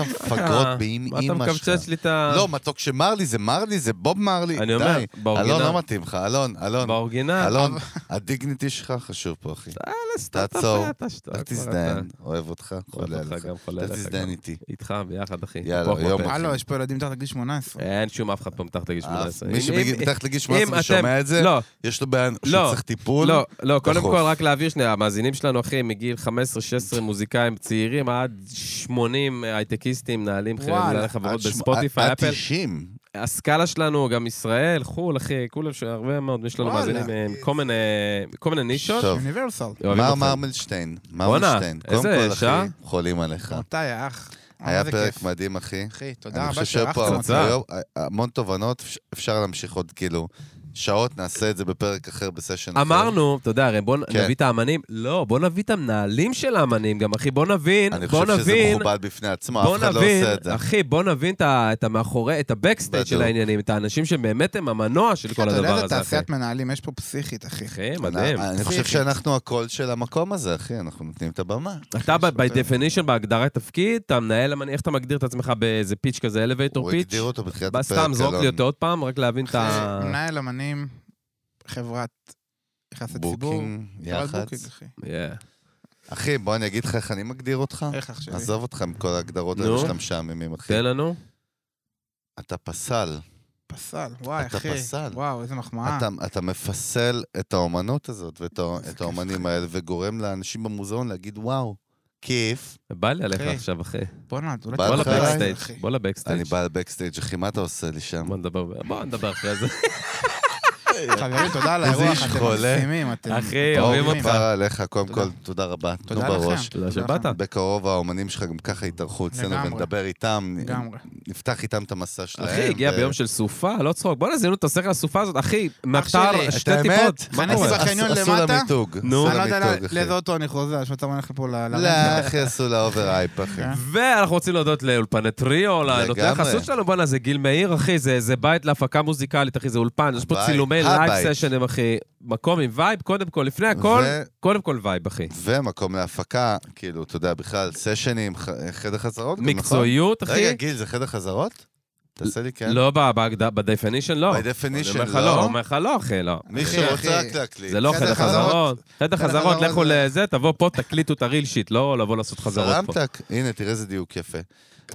המפגרות אה, באם מה אתה אימא מקמצץ שלך? לי את ה... לא, מתוק שמרלי זה מרלי, זה בוב מרלי. אני אומר, די. באורגינל. אלון, לא מתאים לך, אלון, אלון. באורגינל. אלון, הדיגניטי שלך חשוב פה, אחי. יאללה, סתום את הפה, תעצור. אתה שטוי, אל כבר, תזדיין, אוהב אותך, אתה- אוהב חולה אותך עליך. גם, חולה אל עליך תזדיין גם. איתי. איתך ביחד, אחי. יאללה, תפוח יום בפה. אחד. הלו, יש פה ילדים מתחת לגיל 18. אה, אין שום אף אחד פה מתחת לגיל 18. מי אם- אם- שמתחת לגיל אם 18 ושומע אתם- את זה, לא, יש לו בעיה לא, שצריך טיפול. לא, לא, קודם דחוף. כל, רק להבהיר שנייה, המאזינים שלנו, אחי, מגיל 15-16 מוזיקאים צעירים, עד 80 הייטקיסטים, מנהלים חי- וואלה, מנהלי עד חברות שמ- בספוטיפיי, עד אפל. 90. הסקאלה שלנו, גם ישראל, חו"ל, אחי, כולם, ש- הרבה מאוד, יש לנו וואלה. מאזינים, אה, מכל מיני- מכל מיני נישות. טוב. אוניברסל. אוהבים מר אתכם. מרמלשטיין, בואנה, מרמלשטיין, קודם איזה אה, כל, שעה? אחי, חולים עליך. מתי, אח? אה. היה איזה פרק כיף. מדהים, אחי. אחי, תודה אני רבה חושב שהיה שאירחתם פה הרחתם אותי. אותנו. היום המון תובנות, אפ- אפשר להמשיך עוד כאילו שעות, נעשה את זה בפרק אחר, בסשן אחר. אמרנו, אתה יודע, הרי בוא נכון. כן. נביא את האמנים, לא, בוא נביא את המנהלים של האמנים גם, אחי, בוא נבין, אני בוא חושב שזה נבין, מכובד בפני עצמו, בוא אף אחד לא נבין, עושה את זה. אחי, בוא נבין את ה- את המאחורי, את הבקסטייט של בדיוק. העניינים, את האנשים שבאמת הם המנוע של כל אתה יודע הדבר איזה הזה, אחי. תעשיית מנהלים יש פה פסיכית, אחי. אחי, מדהים. אני אני חושב פסיכית. שאנחנו הקול של המקום הזה, אחי, אנחנו נותנים את הבמה. אתה ב- by שוטר. definition, בהגדרת תפקיד, אתה מנהל, המנ- איך אתה מגדיר את עצמך באיזה פיץ' כזה, אלווייטור הוא פיץ'? הגדיר אותו בתחילת בא הפרק, סתם, זרוק לי אלון. אותו עוד פעם, רק להבין את ה... אחי, מנהל אמנים, חברת יחסי ציבור. בוקינג, חברת יח"צ. בוקינג, אחי. Yeah. אחי, בוא אני אגיד לך איך אני מגדיר אותך. איך אח שלי? אה, עזוב אותך עם כל ההגדרות האלה נו. שאתה משעממים, אחי. תן לנו. אתה פסל. פסל, וואי, אתה אחי. פסל. וואו, איזה מחמאה. אתה, אתה מפסל את האומנות הזאת ואת ה- איזה את כיף, האומנים האלה, וגורם לאנשים במוזיאון להגיד, וואו, כיף. בא לי עליך אחי. עכשיו, אחי. בואנה, אולי בא בוא לך תדבר על זה, לבקסטייג', אחי. בוא לבקסטייג'. אני בא לבקסטייג', אחי, מה אתה עושה לי שם? בוא נדבר, בוא נדבר אחרי זה. חברים, תודה על איזה האירוח, איש אתם חולה. מקסימים, אתם... אחי, אתם אוהבים מדהימים. אותך. כבר עליך, קודם תודה. כל, תודה רבה. תנו תודה לכם. בראש. תודה שבאת. לכם. בקרוב האומנים שלך גם ככה יתארחו אצלנו לגמרי. ונדבר איתם, לגמרי. נפתח איתם את המסע שלהם. אחי, הגיע ו- ביום של סופה, לא צחוק. בוא'נה, זיהינו את השכל לסופה הזאת. אחי, מטר שלי. שתי את האמת? טיפות. מה חנס קורה? בחיים. בחניון עשו- עשו לה למטה? מיתוג. נו. אני לא עשו יודע לה מיתוג, אחי. לאיזה אוטו אני חוזר, שאתה אומר לך פה ל- לא, לרנטה. אחי, עשו לה אובר אייפ, אחי. כן. ואנחנו רוצים להודות לאולפני טריו, לנותן לגמרי. החסות שלנו, בואנה, זה גיל מאיר, אחי, זה, זה בית להפקה מוזיקלית, אחי, זה אולפן, יש פה הבית, צילומי לייב הבית. סשנים, אחי, מקום עם וייב, קודם כל, לפני הכל, ו- קודם כל וייב, אחי. ומקום להפקה, כאילו, אתה יודע, בכלל, סשנים, ח- חדר חזרות. גם, נכון? מקצועיות, אחי, רגע, גיל, זה חדר חזרות? תעשה לי כן. לא ב- בהגד- ב-definition, לא. by definition, אני אומר לך לא. אומר לך לא, אחי, לא. מי אחי, שרוצה אחי, רק להקליט. זה לא חדר חדר חזרות. חזרות. חדר חדר חזרות, חזרות לכו זה- לזה, תבוא פה, תקליטו את הריל שיט, לא לבוא לעשות חזרות פה. סלמתק, הנה, תראה איזה דיוק יפה.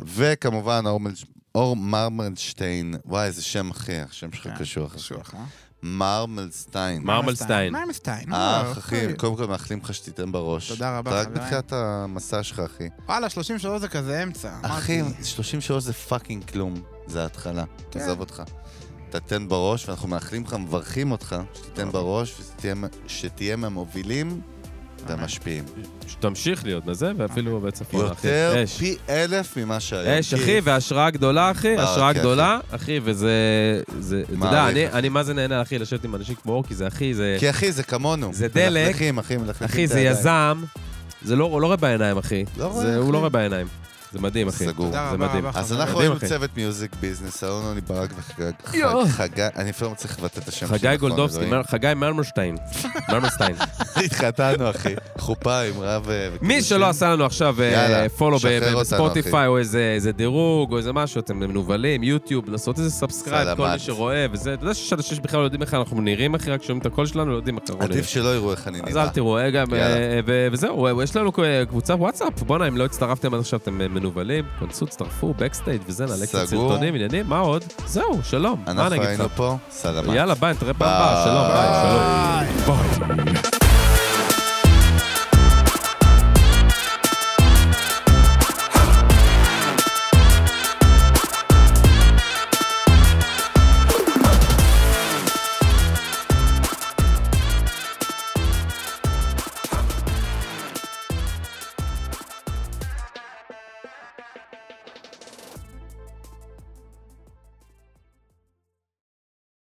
וכמובן, אור מל- אור מרמלשטיין, וואי, איזה שם אחי, השם שלך כן, קשוח. קשוח, אה? מרמלסטיין. מר- מרמלסטיין. מרמלסטיין. אח, וואו, אה, אחי, קודם כל מאחלים לך שתיתן בראש. אה, אוקיי. תודה רבה, אתה רק חברים. בתחילת המסע שלך, אחי. וואלה, 33 זה כזה אמצע. אחי, אמרתי. 33 זה פאקינג כלום, זה ההתחלה. כן. עזוב אותך. תתן בראש, ואנחנו מאחלים לך, מברכים אותך, שתיתן אוקיי. בראש, ושתהיה מה- שתהיה מהמובילים והמשפיעים. שתמשיך להיות בזה, ואפילו בצפון, אחי. אוקיי. יותר אש. פי אלף ממה שהיה. אש, אחי, והשראה גדולה, אחי, ברכה, השראה אחי. גדולה, אחי, וזה... זה- אתה יודע, מעריך, אני- אחי. אני מה זה נהנה, אחי, לשבת עם אנשים כמו אורקי, זה אחי, זה... כי אחי, זה כמונו. כן. זה דלק. מלכלכים, אחי, מלכלכים אחי, את זה הידיים. יזם, זה לא הוא לא רואה בעיניים, אחי. לא רואה, זה- הוא אחי. לא רואה בעיניים. זה מדהים, אחי. סגור. זה תודה רבה מדהים. רבה, אז חברים. אנחנו מדהים, היינו אחי. צוות מיוזיק ביזנס, אלון עוני ברק יואו. וחגי, אני אפילו לא מצליח לבטא את השם שלי. חגי נכון, גולדובסקי, אלוהים. מר- חגי מרמלשטיין. מרמלשטיין. התחתנו, אחי. חופה עם רב... אה, מי וקידושין. שלא עשה לנו עכשיו אה, יאללה, פולו שחרר אותנו, בספוטיפיי, או איזה איזה דירוג, או איזה משהו, אתם מנוולים, יוטיוב, לעשות איזה סאבסקרייב, כל סלמת. מי שרואה, וזה, אתה יודע שיש אנשים שבכלל לא יודעים איך אנחנו נראים, אחי, רק שומעים את הקול שלנו, לא יודעים איך אנחנו נראים. עדיף שלא יראו איך אני אז אל נראה. תראו, אה, גם, יאללה. אה, ו- וזהו, אה, יש לנו אה, קבוצת וואטסאפ, בואנה, אם לא הצטרפתם עד עכשיו, אתם אה, מנוולים, כנסו, תצטרפו, בקסטייג' וזה, נעלה קצת סגור. סרטונים, עניינים, מה עוד? זהו, שלום, מה אנחנו נגיד היינו לך? פה, סלמת. יאללה, ביי, נתראה פעם הבאה, שלום, ביי, שלום. ביי.